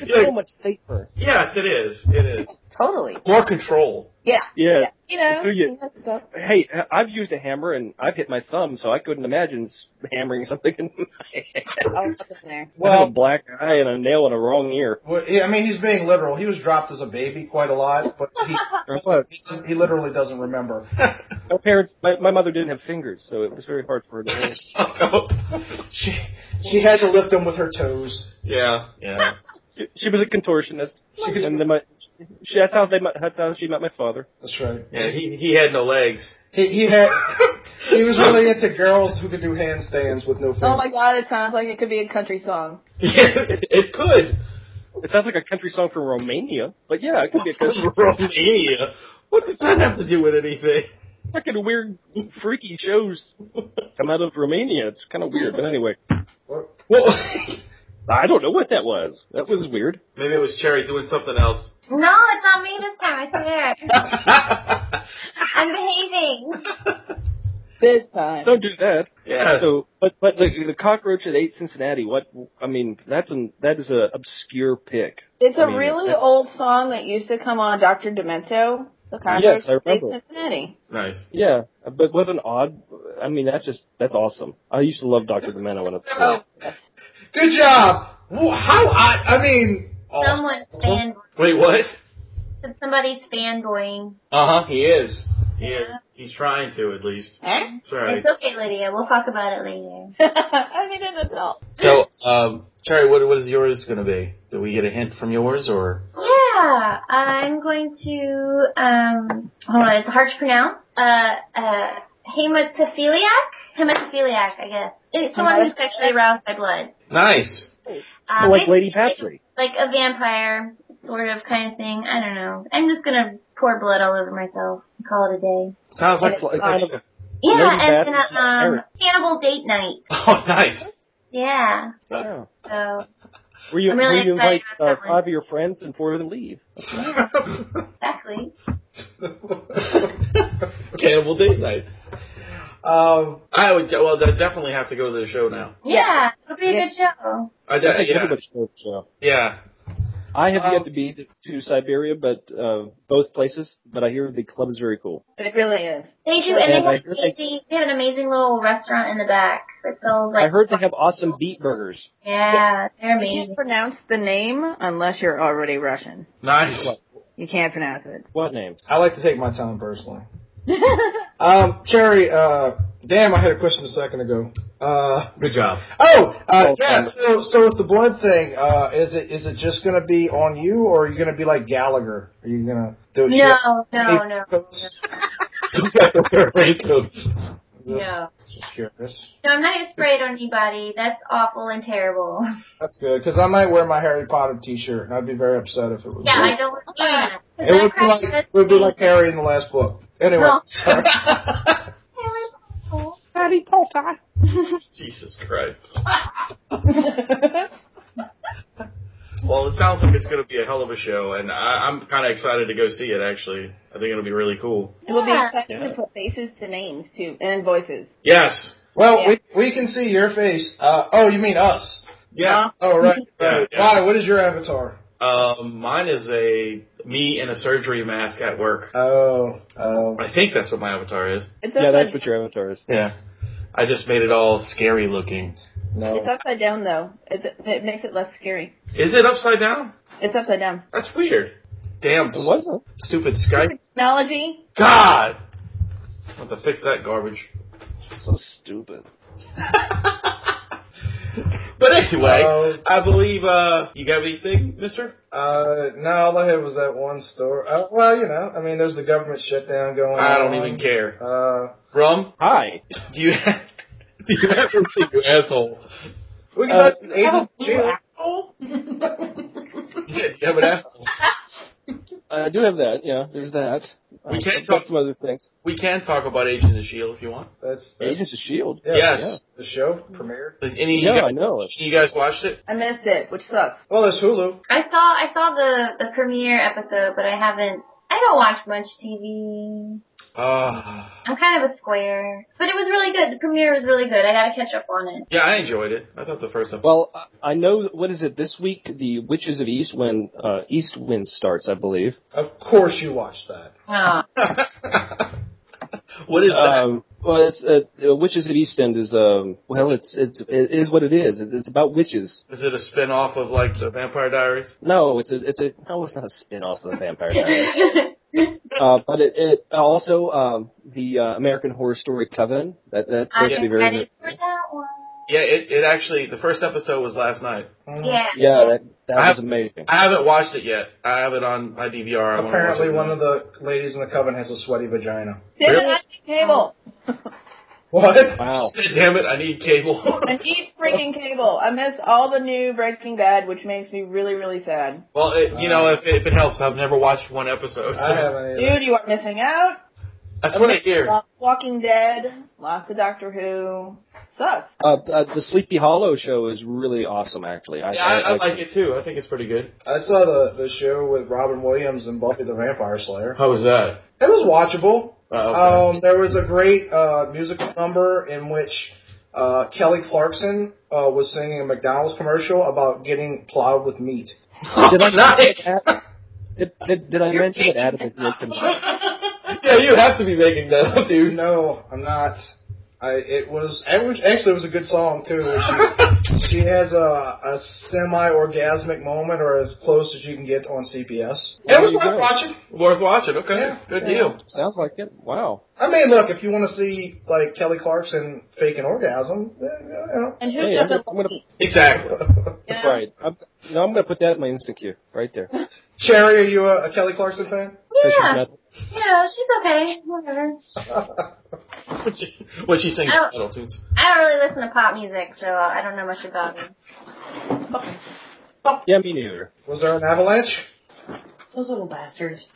[SPEAKER 5] It's
[SPEAKER 1] Yeah.
[SPEAKER 5] so much safer.
[SPEAKER 1] Yes, it is. It is.
[SPEAKER 3] Totally.
[SPEAKER 1] More control.
[SPEAKER 3] Yeah.
[SPEAKER 5] Yes.
[SPEAKER 3] You know.
[SPEAKER 5] Until you-
[SPEAKER 3] yes, so-
[SPEAKER 5] Hey, I've used a hammer and I've hit my thumb, so I couldn't imagine s- hammering something in my head.
[SPEAKER 3] I'll put them there.
[SPEAKER 5] Well, I have a
[SPEAKER 4] Well,
[SPEAKER 5] black eye and a nail in a wrong ear.
[SPEAKER 4] well, yeah, I mean, he's being literal. He was dropped as a baby quite a lot, but he
[SPEAKER 3] Uh,
[SPEAKER 4] he literally doesn't remember.
[SPEAKER 5] My parents, my, my mother didn't have fingers, so it was very hard for her to.
[SPEAKER 4] She she had to lift him with her toes.
[SPEAKER 1] yeah. Yeah.
[SPEAKER 5] she, she was a contortionist,
[SPEAKER 4] She could-
[SPEAKER 5] and then my, she, that's how they met, that's how she met my father.
[SPEAKER 4] That's right.
[SPEAKER 1] Yeah. He he had no legs.
[SPEAKER 4] He he had he was really into girls who could do handstands with no
[SPEAKER 3] Oh
[SPEAKER 4] fingers.
[SPEAKER 3] my god, it sounds like it could be a country song.
[SPEAKER 1] Yeah, it could.
[SPEAKER 5] It sounds like a country song from Romania, but yeah, it could be a country song.
[SPEAKER 1] Romania. What does that have to do with anything?
[SPEAKER 5] Fucking weird, freaky shows come out of Romania. It's kind of weird, but anyway,
[SPEAKER 1] Well,
[SPEAKER 5] I don't know what that was. That was weird.
[SPEAKER 1] maybe it was Cherry doing something else.
[SPEAKER 2] No, it's not me this time, I swear. I'm behaving.
[SPEAKER 3] This time.
[SPEAKER 5] Don't do that.
[SPEAKER 1] yes.
[SPEAKER 5] So, but but the, the cockroach that ate Cincinnati. What I mean, that's an that is a obscure pick.
[SPEAKER 3] It's a
[SPEAKER 5] I mean,
[SPEAKER 3] really
[SPEAKER 5] it-
[SPEAKER 3] old song that used to come on Dr. Demento. The concert
[SPEAKER 5] Yes, I
[SPEAKER 3] in
[SPEAKER 5] remember.
[SPEAKER 3] Cincinnati.
[SPEAKER 1] nice.
[SPEAKER 5] Yeah, but what an odd. I mean, that's just that's awesome. I used to love Doctor Demento when I was a kid.
[SPEAKER 4] Good job. Wha- How I I mean. awesome.
[SPEAKER 2] Someone's fan
[SPEAKER 1] Wait, what?
[SPEAKER 2] somebody's fanboying.
[SPEAKER 1] Uh huh. He is. He is.
[SPEAKER 2] Yeah.
[SPEAKER 1] He's trying to at least.
[SPEAKER 3] Eh?
[SPEAKER 1] That's right.
[SPEAKER 2] It's okay, Lydia. We'll talk about it later.
[SPEAKER 3] I mean, an adult.
[SPEAKER 1] So, um, Cherry, what what is yours going to be? Do we get a hint from yours or?
[SPEAKER 2] Yeah, I'm going to um hold on, it's hard to pronounce. Uh uh hematophiliac? Hematophiliac, I guess. It's someone who's sexually aroused by blood.
[SPEAKER 1] Nice.
[SPEAKER 2] Uh,
[SPEAKER 5] like Lady
[SPEAKER 2] basically,
[SPEAKER 5] Patry.
[SPEAKER 2] Like a vampire sort of kind of thing. I don't know. I'm just gonna pour blood all over myself and call it a day.
[SPEAKER 1] Sounds like,
[SPEAKER 5] It's like kind of-
[SPEAKER 2] Yeah,
[SPEAKER 5] Lady
[SPEAKER 2] and
[SPEAKER 5] Bat
[SPEAKER 2] then
[SPEAKER 5] is
[SPEAKER 2] um
[SPEAKER 5] hysterical.
[SPEAKER 2] cannibal date night.
[SPEAKER 1] oh, nice.
[SPEAKER 2] Yeah.
[SPEAKER 5] yeah.
[SPEAKER 2] So
[SPEAKER 5] Were you
[SPEAKER 2] I'm really
[SPEAKER 5] were you invite
[SPEAKER 2] excited
[SPEAKER 5] uh,
[SPEAKER 2] about that one.
[SPEAKER 5] five of your friends and four of them leave?
[SPEAKER 2] yeah, exactly.
[SPEAKER 1] Cannibal date night.
[SPEAKER 4] um,
[SPEAKER 1] I would. Well, I definitely have to go to the show now.
[SPEAKER 2] Yeah, it'll be a
[SPEAKER 3] Yeah.
[SPEAKER 2] good show.
[SPEAKER 1] I
[SPEAKER 5] I
[SPEAKER 1] de-
[SPEAKER 5] think
[SPEAKER 1] yeah.
[SPEAKER 5] everybody knows so.
[SPEAKER 1] Yeah.
[SPEAKER 5] I have
[SPEAKER 4] Um,
[SPEAKER 5] yet to be to, to Siberia, but uh, both places. But I hear the club is very cool.
[SPEAKER 3] It really is.
[SPEAKER 2] They do, and they
[SPEAKER 5] And I
[SPEAKER 2] have,
[SPEAKER 5] heard they-
[SPEAKER 2] amazing, they have an amazing little restaurant in the back that sells like
[SPEAKER 5] I heard they have awesome beet burgers.
[SPEAKER 2] yeah, they're
[SPEAKER 3] You can't
[SPEAKER 2] amazing.
[SPEAKER 3] pronounce the name unless you're already Russian.
[SPEAKER 1] Nice.
[SPEAKER 3] You can't pronounce it.
[SPEAKER 5] What name?
[SPEAKER 4] I like to take my time personally. Um, Cherry, uh, damn, I had a question a second ago. Uh,
[SPEAKER 1] Good job.
[SPEAKER 4] oh, uh,
[SPEAKER 5] Oh,
[SPEAKER 4] yeah. So, so with the blood thing, uh, is it is it just gonna be on you, or are you gonna be like Gallagher? Are you gonna do it?
[SPEAKER 2] No, no, no,
[SPEAKER 4] no.
[SPEAKER 1] You got to wear raincoats.
[SPEAKER 2] no.
[SPEAKER 4] Just curious.
[SPEAKER 2] No, I'm not gonna spray it on anybody. That's awful and terrible.
[SPEAKER 4] That's good because I might wear my Harry Potter T-shirt, and I'd be very upset if it was.
[SPEAKER 2] Yeah, I don't want to do that.
[SPEAKER 4] it would be like it would be like Harry in the last book. Anyway,
[SPEAKER 2] No.
[SPEAKER 4] sorry.
[SPEAKER 1] Jesus Christ. Well, it sounds like it's going to be a hell of a show, and I, I'm kind of excited to go see it. Actually, I think it'll be really cool.
[SPEAKER 3] It will be
[SPEAKER 2] Yeah.
[SPEAKER 3] exciting to put faces to names too, and voices.
[SPEAKER 1] Yes.
[SPEAKER 4] Well,
[SPEAKER 3] Yeah.
[SPEAKER 4] we we can see your face. Uh, oh, you mean us?
[SPEAKER 1] Yeah.
[SPEAKER 4] Oh, right.
[SPEAKER 1] Yeah,
[SPEAKER 4] right.
[SPEAKER 1] yeah.
[SPEAKER 4] Why? What is your avatar?
[SPEAKER 1] Um, mine is a me in a surgery mask at work.
[SPEAKER 4] Oh, oh.
[SPEAKER 1] I think that's what my avatar is.
[SPEAKER 3] It's
[SPEAKER 5] Yeah,
[SPEAKER 3] upside,
[SPEAKER 5] that's what your avatar is.
[SPEAKER 1] Yeah. I just made it all scary looking.
[SPEAKER 3] it's
[SPEAKER 5] Oh.
[SPEAKER 4] No.
[SPEAKER 3] upside down though. It's, it makes it less scary.
[SPEAKER 1] Is it upside down?
[SPEAKER 3] It's upside down.
[SPEAKER 1] That's weird. Damn.
[SPEAKER 5] It wasn't.
[SPEAKER 1] Stupid Skype.
[SPEAKER 3] Technology.
[SPEAKER 1] God. I have to fix that garbage.
[SPEAKER 5] So stupid.
[SPEAKER 1] But anyway,
[SPEAKER 4] Oh.
[SPEAKER 1] I believe uh you got anything, Mister?
[SPEAKER 4] Uh, no, all I had was that one story. Uh, well, you know, I mean, there's the government shutdown going on.
[SPEAKER 1] I don't even care.
[SPEAKER 4] Uh,
[SPEAKER 1] Rum,
[SPEAKER 5] Hi.
[SPEAKER 1] do you have, do you have anything, you asshole?
[SPEAKER 4] we
[SPEAKER 2] Oh,
[SPEAKER 4] can
[SPEAKER 5] Uh,
[SPEAKER 4] talk eighties chill.
[SPEAKER 1] Yeah, do you have an asshole?
[SPEAKER 5] I do have that. Yeah, there's that.
[SPEAKER 1] We
[SPEAKER 5] Uh,
[SPEAKER 1] can't
[SPEAKER 5] but
[SPEAKER 1] talk-
[SPEAKER 5] some other things.
[SPEAKER 1] We can talk about Agents of Shield E if you want.
[SPEAKER 4] That's, that's
[SPEAKER 5] Agents of Shield.
[SPEAKER 4] yeah,
[SPEAKER 1] yes.
[SPEAKER 4] that's the show premiere.
[SPEAKER 1] Like, Any
[SPEAKER 5] Yeah,
[SPEAKER 1] you guys,
[SPEAKER 5] I know.
[SPEAKER 1] You guys watched it?
[SPEAKER 3] I missed it, which sucks.
[SPEAKER 4] Well, there's Hulu.
[SPEAKER 2] I saw I saw the the premiere episode, but I haven't. I don't watch much TV.
[SPEAKER 1] Uh,
[SPEAKER 2] I'm kind of a square, but it was really good. The premiere was really good. I gotta catch up on it.
[SPEAKER 1] yeah, I enjoyed it. I thought the first episode.
[SPEAKER 5] Well, I- I know. What is it this week? The Witches of Eastwind. Uh, Eastwind starts, I believe.
[SPEAKER 4] Of course, you watched that.
[SPEAKER 2] Oh.
[SPEAKER 1] what is that?
[SPEAKER 5] Um, well, it's uh, uh, Witches of East End is um, well, it's it's it is what it is. It- It's about witches.
[SPEAKER 1] Is it a spin off of like the Vampire Diaries?
[SPEAKER 5] No, it's a it's a no, it's not a spin off of the Vampire Diaries. Uh, but it, it also um, the uh, American Horror Story Coven. That that's
[SPEAKER 2] I'm
[SPEAKER 5] supposed to be very
[SPEAKER 2] excited
[SPEAKER 5] good.
[SPEAKER 2] for that one.
[SPEAKER 1] Yeah, it, it actually the first episode was last night.
[SPEAKER 2] Yeah.
[SPEAKER 5] Yeah, that that
[SPEAKER 1] I-
[SPEAKER 5] was amazing.
[SPEAKER 1] I haven't watched it yet. I have it on my DVR. I wanna
[SPEAKER 4] Apparently,
[SPEAKER 1] watch it
[SPEAKER 4] one of the ladies in the coven has a sweaty vagina.
[SPEAKER 3] Sit
[SPEAKER 1] Really?
[SPEAKER 3] at the cable.
[SPEAKER 4] What?
[SPEAKER 5] Wow.
[SPEAKER 1] tonight. Damn it! I need cable.
[SPEAKER 3] I need freaking cable. I missed all the new Breaking Bad, which makes me really, really sad.
[SPEAKER 1] well, it, you know, if if it helps, I've never watched one episode. So
[SPEAKER 4] I haven't either.
[SPEAKER 3] Dude, you are missing out.
[SPEAKER 1] That's what I hear.
[SPEAKER 3] Lots of Walking Dead, lots of Doctor Who. Sucks.
[SPEAKER 5] Uh, uh, the Sleepy Hollow show is really awesome, actually. I,
[SPEAKER 1] Yeah, I, I like it too. I think it's pretty good.
[SPEAKER 4] I saw the the show with Robin Williams and Buffy the Vampire Slayer.
[SPEAKER 1] How was that?
[SPEAKER 4] It was watchable.
[SPEAKER 1] Uh, okay.
[SPEAKER 4] Um, there was a great uh, musical number in which uh, Kelly Clarkson uh, was singing a McDonald's commercial about getting plowed with meat.
[SPEAKER 5] Did I
[SPEAKER 1] nice.
[SPEAKER 5] Ad- Did, did, did I mention that Adam is making?
[SPEAKER 1] Yeah, you have to be making that up, dude.
[SPEAKER 4] No, I'm not. I, it was it was- actually it was a good song too. She, she has a, a semi-orgasmic moment, or as close as you can get on CPS.
[SPEAKER 5] There
[SPEAKER 4] it was
[SPEAKER 5] you
[SPEAKER 4] worth
[SPEAKER 5] go.
[SPEAKER 4] watching.
[SPEAKER 1] Worth watching. Okay,
[SPEAKER 4] Yeah.
[SPEAKER 1] good
[SPEAKER 4] Yeah.
[SPEAKER 1] deal.
[SPEAKER 5] Sounds like it. Wow.
[SPEAKER 4] I mean, look, if you want to see like Kelly Clarkson fake an orgasm, eh, you know.
[SPEAKER 3] And who
[SPEAKER 5] Hey, I'm
[SPEAKER 3] doesn't
[SPEAKER 5] gonna- I'm gonna-
[SPEAKER 3] eat?
[SPEAKER 1] Exactly.
[SPEAKER 3] Yeah.
[SPEAKER 5] Right. I'm, no, I'm gonna put that in my instant queue right there. 'Cause
[SPEAKER 4] Cherry, are you a, a Kelly Clarkson fan?
[SPEAKER 5] she's
[SPEAKER 2] Yeah.
[SPEAKER 5] not-
[SPEAKER 2] Yeah, she's okay. Whatever.
[SPEAKER 1] what she, what she sings.
[SPEAKER 2] Oh.
[SPEAKER 1] Metal tunes.
[SPEAKER 2] I don't really listen to pop music, so I don't know much about it.
[SPEAKER 5] yeah, me neither.
[SPEAKER 4] Was there an avalanche?
[SPEAKER 7] Those little bastards.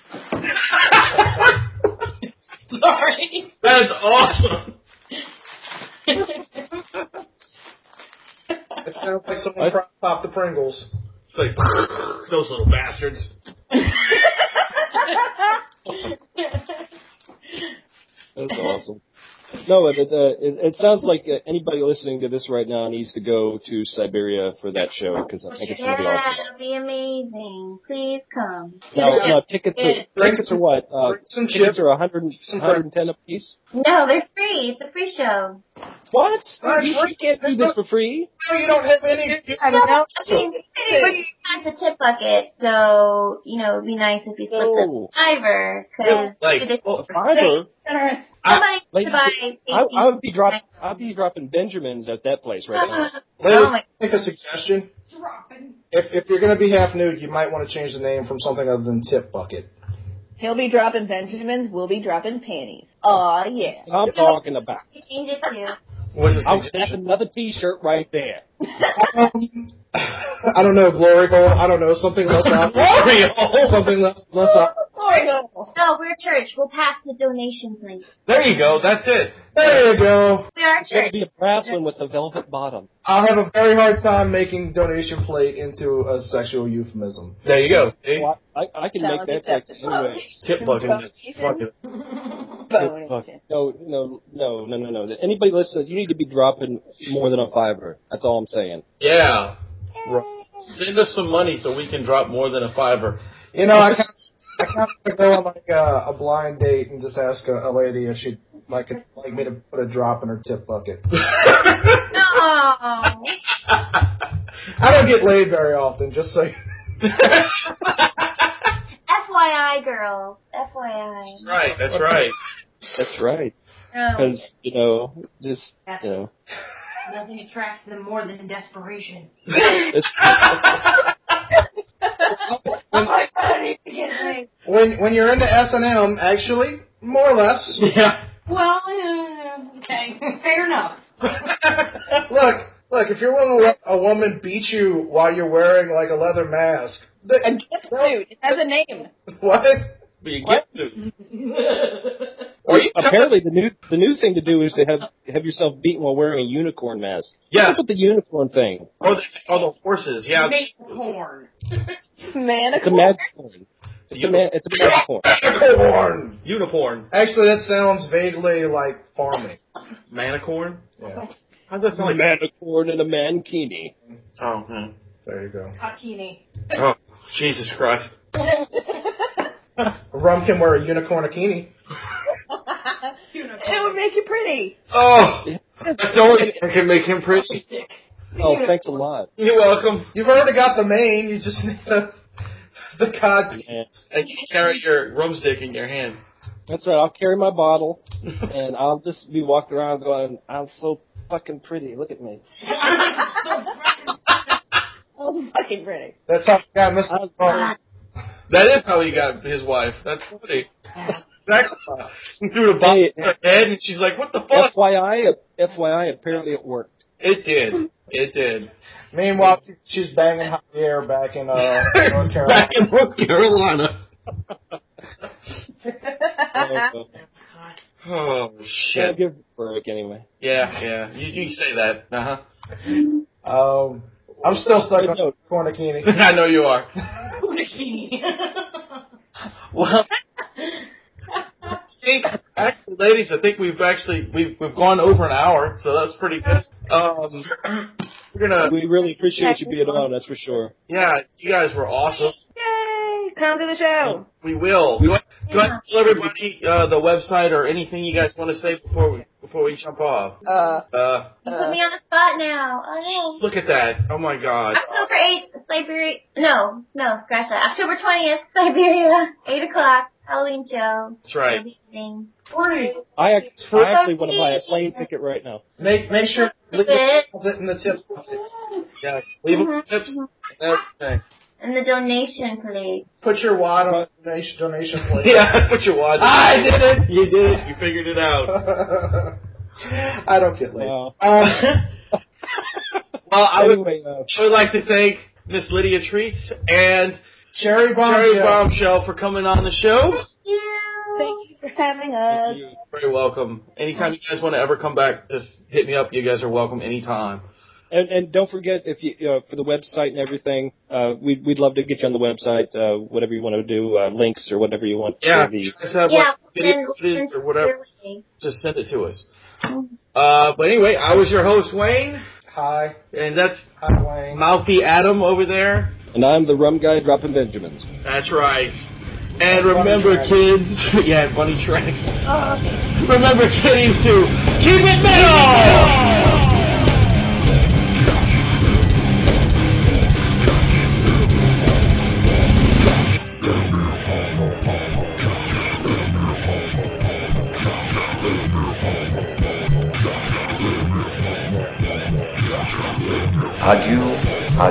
[SPEAKER 7] Sorry.
[SPEAKER 1] That's awesome.
[SPEAKER 4] It sounds like someone
[SPEAKER 5] I-
[SPEAKER 4] pro- popped the Pringles.
[SPEAKER 1] It's like those little bastards.
[SPEAKER 5] That's awesome. No, it, it, uh, it, it sounds like uh, anybody listening to this right now needs to go to Siberia for that show because I think it's gonna be
[SPEAKER 2] Yeah,
[SPEAKER 5] awesome.
[SPEAKER 2] it'll be amazing. Please come.
[SPEAKER 5] No, no tickets are tickets are what? Uh,
[SPEAKER 4] Bring some
[SPEAKER 5] tickets
[SPEAKER 4] chips.
[SPEAKER 5] are 100,
[SPEAKER 4] Some
[SPEAKER 5] 110 a piece.
[SPEAKER 2] No, they're free. It's a free show.
[SPEAKER 5] What?
[SPEAKER 4] Not
[SPEAKER 5] You
[SPEAKER 4] free.
[SPEAKER 5] can't do this for free.
[SPEAKER 4] No, you don't have any.
[SPEAKER 2] I mean, we're not the tip bucket, so you know it'd be nice if you split
[SPEAKER 5] No.
[SPEAKER 2] the fiver because
[SPEAKER 1] Like,
[SPEAKER 5] Well, oh, fiber.
[SPEAKER 2] somebody
[SPEAKER 5] Like,
[SPEAKER 2] needs to buy.
[SPEAKER 5] I, I would be
[SPEAKER 2] baby-
[SPEAKER 5] drop. I'd be dropping Benjamins at that place right now.
[SPEAKER 4] Ladies,
[SPEAKER 2] Oh my-
[SPEAKER 4] take a suggestion.
[SPEAKER 7] Dropping.
[SPEAKER 4] If, if you're going to be half nude, you might want to change the name from something other than Tip Bucket.
[SPEAKER 3] He'll be dropping Benjamins. We'll be dropping panties. Aw, yeah.
[SPEAKER 5] I'm talking about.
[SPEAKER 2] You change it to.
[SPEAKER 1] What's the
[SPEAKER 5] Oh, that's
[SPEAKER 1] suggestion?
[SPEAKER 5] another T-shirt right there.
[SPEAKER 4] I don't know, glory hole. I don't know something less obvious.
[SPEAKER 1] Glory hole.
[SPEAKER 4] something less less
[SPEAKER 2] Oh, no, we're a church. We'll pass the donation plate.
[SPEAKER 1] There you go. That's it.
[SPEAKER 6] There you go.
[SPEAKER 2] We are a
[SPEAKER 5] It'd
[SPEAKER 2] church.
[SPEAKER 5] be a brass one with a velvet bottom.
[SPEAKER 4] I'll have a very hard time making donation plate into a sexual euphemism.
[SPEAKER 1] There you go. See?
[SPEAKER 5] Well, I, I can
[SPEAKER 3] Sounds
[SPEAKER 5] make that sex
[SPEAKER 3] acceptable.
[SPEAKER 5] anyway.
[SPEAKER 1] Tip bucking. Fucking.
[SPEAKER 5] Good fuck. No, no, no, no, no, no. Anybody listen, you need to be dropping more than a fiver. That's all I'm saying.
[SPEAKER 1] Yeah. Send us some money so we can drop more than a fiver.
[SPEAKER 4] You know, I kind of, I kind of go on like a, a blind date and just ask a, a lady if she'd like like me to put a drop in her tip bucket.
[SPEAKER 2] No.
[SPEAKER 4] I don't get laid very often, just so. You
[SPEAKER 2] FYI, girls. FYI.
[SPEAKER 1] right. That's right.
[SPEAKER 5] That's right.
[SPEAKER 2] No.
[SPEAKER 5] Because, you know, just, you know.
[SPEAKER 7] Nothing attracts them more than desperation.
[SPEAKER 5] It's,
[SPEAKER 4] when when you're into S and M, actually, more or less.
[SPEAKER 1] Yeah.
[SPEAKER 7] Well, uh, okay, fair enough.
[SPEAKER 4] look, look. If you're willing to let a woman beat you while you're wearing like a leather mask, th-
[SPEAKER 3] A gift suit. It has a name.
[SPEAKER 4] what?
[SPEAKER 1] Be a gift dude. Or you tell
[SPEAKER 5] apparently, the new the new thing to do is to have have yourself beaten while wering a unicorn mask.
[SPEAKER 1] Yeah.
[SPEAKER 5] What's up with the unicorn thing?
[SPEAKER 1] Or Oh, the, or the horses. Yeah.
[SPEAKER 7] Horn.
[SPEAKER 5] It's a magicorn. It's a, ma- it's a magicorn.
[SPEAKER 4] Unicorn.
[SPEAKER 1] Unicorn.
[SPEAKER 4] Actually, that sounds vaguely like farming.
[SPEAKER 1] Manicorn.
[SPEAKER 4] Yeah.
[SPEAKER 1] How's that sound like?
[SPEAKER 5] Manicorn and a mankini.
[SPEAKER 1] Oh man.
[SPEAKER 4] There you go.
[SPEAKER 7] Takini.
[SPEAKER 1] Oh Jesus Christ.
[SPEAKER 4] Rum can wear a unicorn bikini.
[SPEAKER 3] It would make you pretty.
[SPEAKER 1] Oh. That's the only thing that can make him pretty.
[SPEAKER 5] Oh, thanks a lot.
[SPEAKER 1] You're welcome.
[SPEAKER 4] You've already got the mane. You just need the the cod piece.
[SPEAKER 5] Yeah.
[SPEAKER 1] And you carry your rumstick in your hand.
[SPEAKER 5] That's right. I'll carry my bottle, and I'll just be walking around going, "I'm so fucking pretty. Look at me.
[SPEAKER 3] Oh, fucking pretty.
[SPEAKER 4] That's how I got Mr.
[SPEAKER 1] Oh.
[SPEAKER 4] Farm.
[SPEAKER 1] That is how he got his wife. That's funny. Exactly. He threw the ball
[SPEAKER 5] Hey.
[SPEAKER 1] at her head, and she's like, "What the fuck?"
[SPEAKER 5] FYI, FYI, apparently it worked.
[SPEAKER 1] It did. It did.
[SPEAKER 4] Meanwhile, she's banging Javier back in uh, North Carolina.
[SPEAKER 1] Back in North Carolina.
[SPEAKER 5] Uh,
[SPEAKER 1] Oh
[SPEAKER 5] yeah,
[SPEAKER 1] shit.
[SPEAKER 5] give it a break anyway.
[SPEAKER 1] Yeah, yeah. You, you can say that. Uh huh.
[SPEAKER 4] Um, I'm still stuck on
[SPEAKER 5] No.
[SPEAKER 4] unicorn bikini.
[SPEAKER 1] I know you are.
[SPEAKER 7] Takini.
[SPEAKER 1] Well, I think actually, ladies, I think we've actually we've we've gone over an hour, so that's pretty good. Um, we're gonna.
[SPEAKER 5] We really appreciate you being on. That's for sure.
[SPEAKER 1] Yeah, you guys were awesome.
[SPEAKER 3] Yay! Come to the show.
[SPEAKER 1] We will.
[SPEAKER 5] We-
[SPEAKER 1] Go ahead go ahead and tell everybody uh, the website or anything you guys want to say before we before we jump off.
[SPEAKER 3] Uh,
[SPEAKER 1] Uh,
[SPEAKER 2] You put me on the spot now. Oh no.
[SPEAKER 1] look at that. Oh my God.
[SPEAKER 2] October 8th, Siberia. No, no, scratch that. October 20th, Siberia. 8 o'clock, Halloween show.
[SPEAKER 1] That's right.
[SPEAKER 2] Amazing.
[SPEAKER 5] I, act- I actually want to buy a plane ticket right now.
[SPEAKER 4] Make make sure you leave the
[SPEAKER 2] Good.
[SPEAKER 4] deposit in the tip bucket.
[SPEAKER 1] Yes. Leave them tips. and Everything.
[SPEAKER 2] And the donation plate.
[SPEAKER 4] Put your wad on the donation donation plate.
[SPEAKER 1] Yeah. Put your watch.
[SPEAKER 4] I did it.
[SPEAKER 1] You did it. You figured it out.
[SPEAKER 4] I don't get laid.
[SPEAKER 5] Wow.
[SPEAKER 4] Um,
[SPEAKER 1] Well, I would,
[SPEAKER 5] Uh, Anyway, uh,
[SPEAKER 1] I would like to thank Miss Lydia Treats and
[SPEAKER 4] cherry bomb.
[SPEAKER 1] Cherry
[SPEAKER 4] Joe.
[SPEAKER 1] Bombshell for coming on the show.
[SPEAKER 2] You.
[SPEAKER 3] thank you for having us.
[SPEAKER 5] you-
[SPEAKER 1] Very welcome. Anytime you guys want to ever come back, just hit me up. You guys are welcome anytime.
[SPEAKER 5] and, and don't forget if you uh, for the website and everything, uh, we'd we'd love to get you on the website. Uh, whatever you want to do, uh, links or whatever you want.
[SPEAKER 1] Yeah.
[SPEAKER 5] For the,
[SPEAKER 1] Just have,
[SPEAKER 2] Yeah,
[SPEAKER 1] like,
[SPEAKER 2] then,
[SPEAKER 1] video footage or whatever.
[SPEAKER 2] then-
[SPEAKER 1] Just send it to us. Uh, but anyway, I was your host Wayne,
[SPEAKER 4] Hi,
[SPEAKER 1] and that's
[SPEAKER 4] hi Wayne.
[SPEAKER 1] Mouthy Adam over there.
[SPEAKER 5] and I'm the rum guy dropping Benjamins.
[SPEAKER 1] That's right. And remember,
[SPEAKER 4] tracks.
[SPEAKER 1] kids. yeah, bunny tracks. Remember, kiddies, to keep it metal.
[SPEAKER 8] Adieu,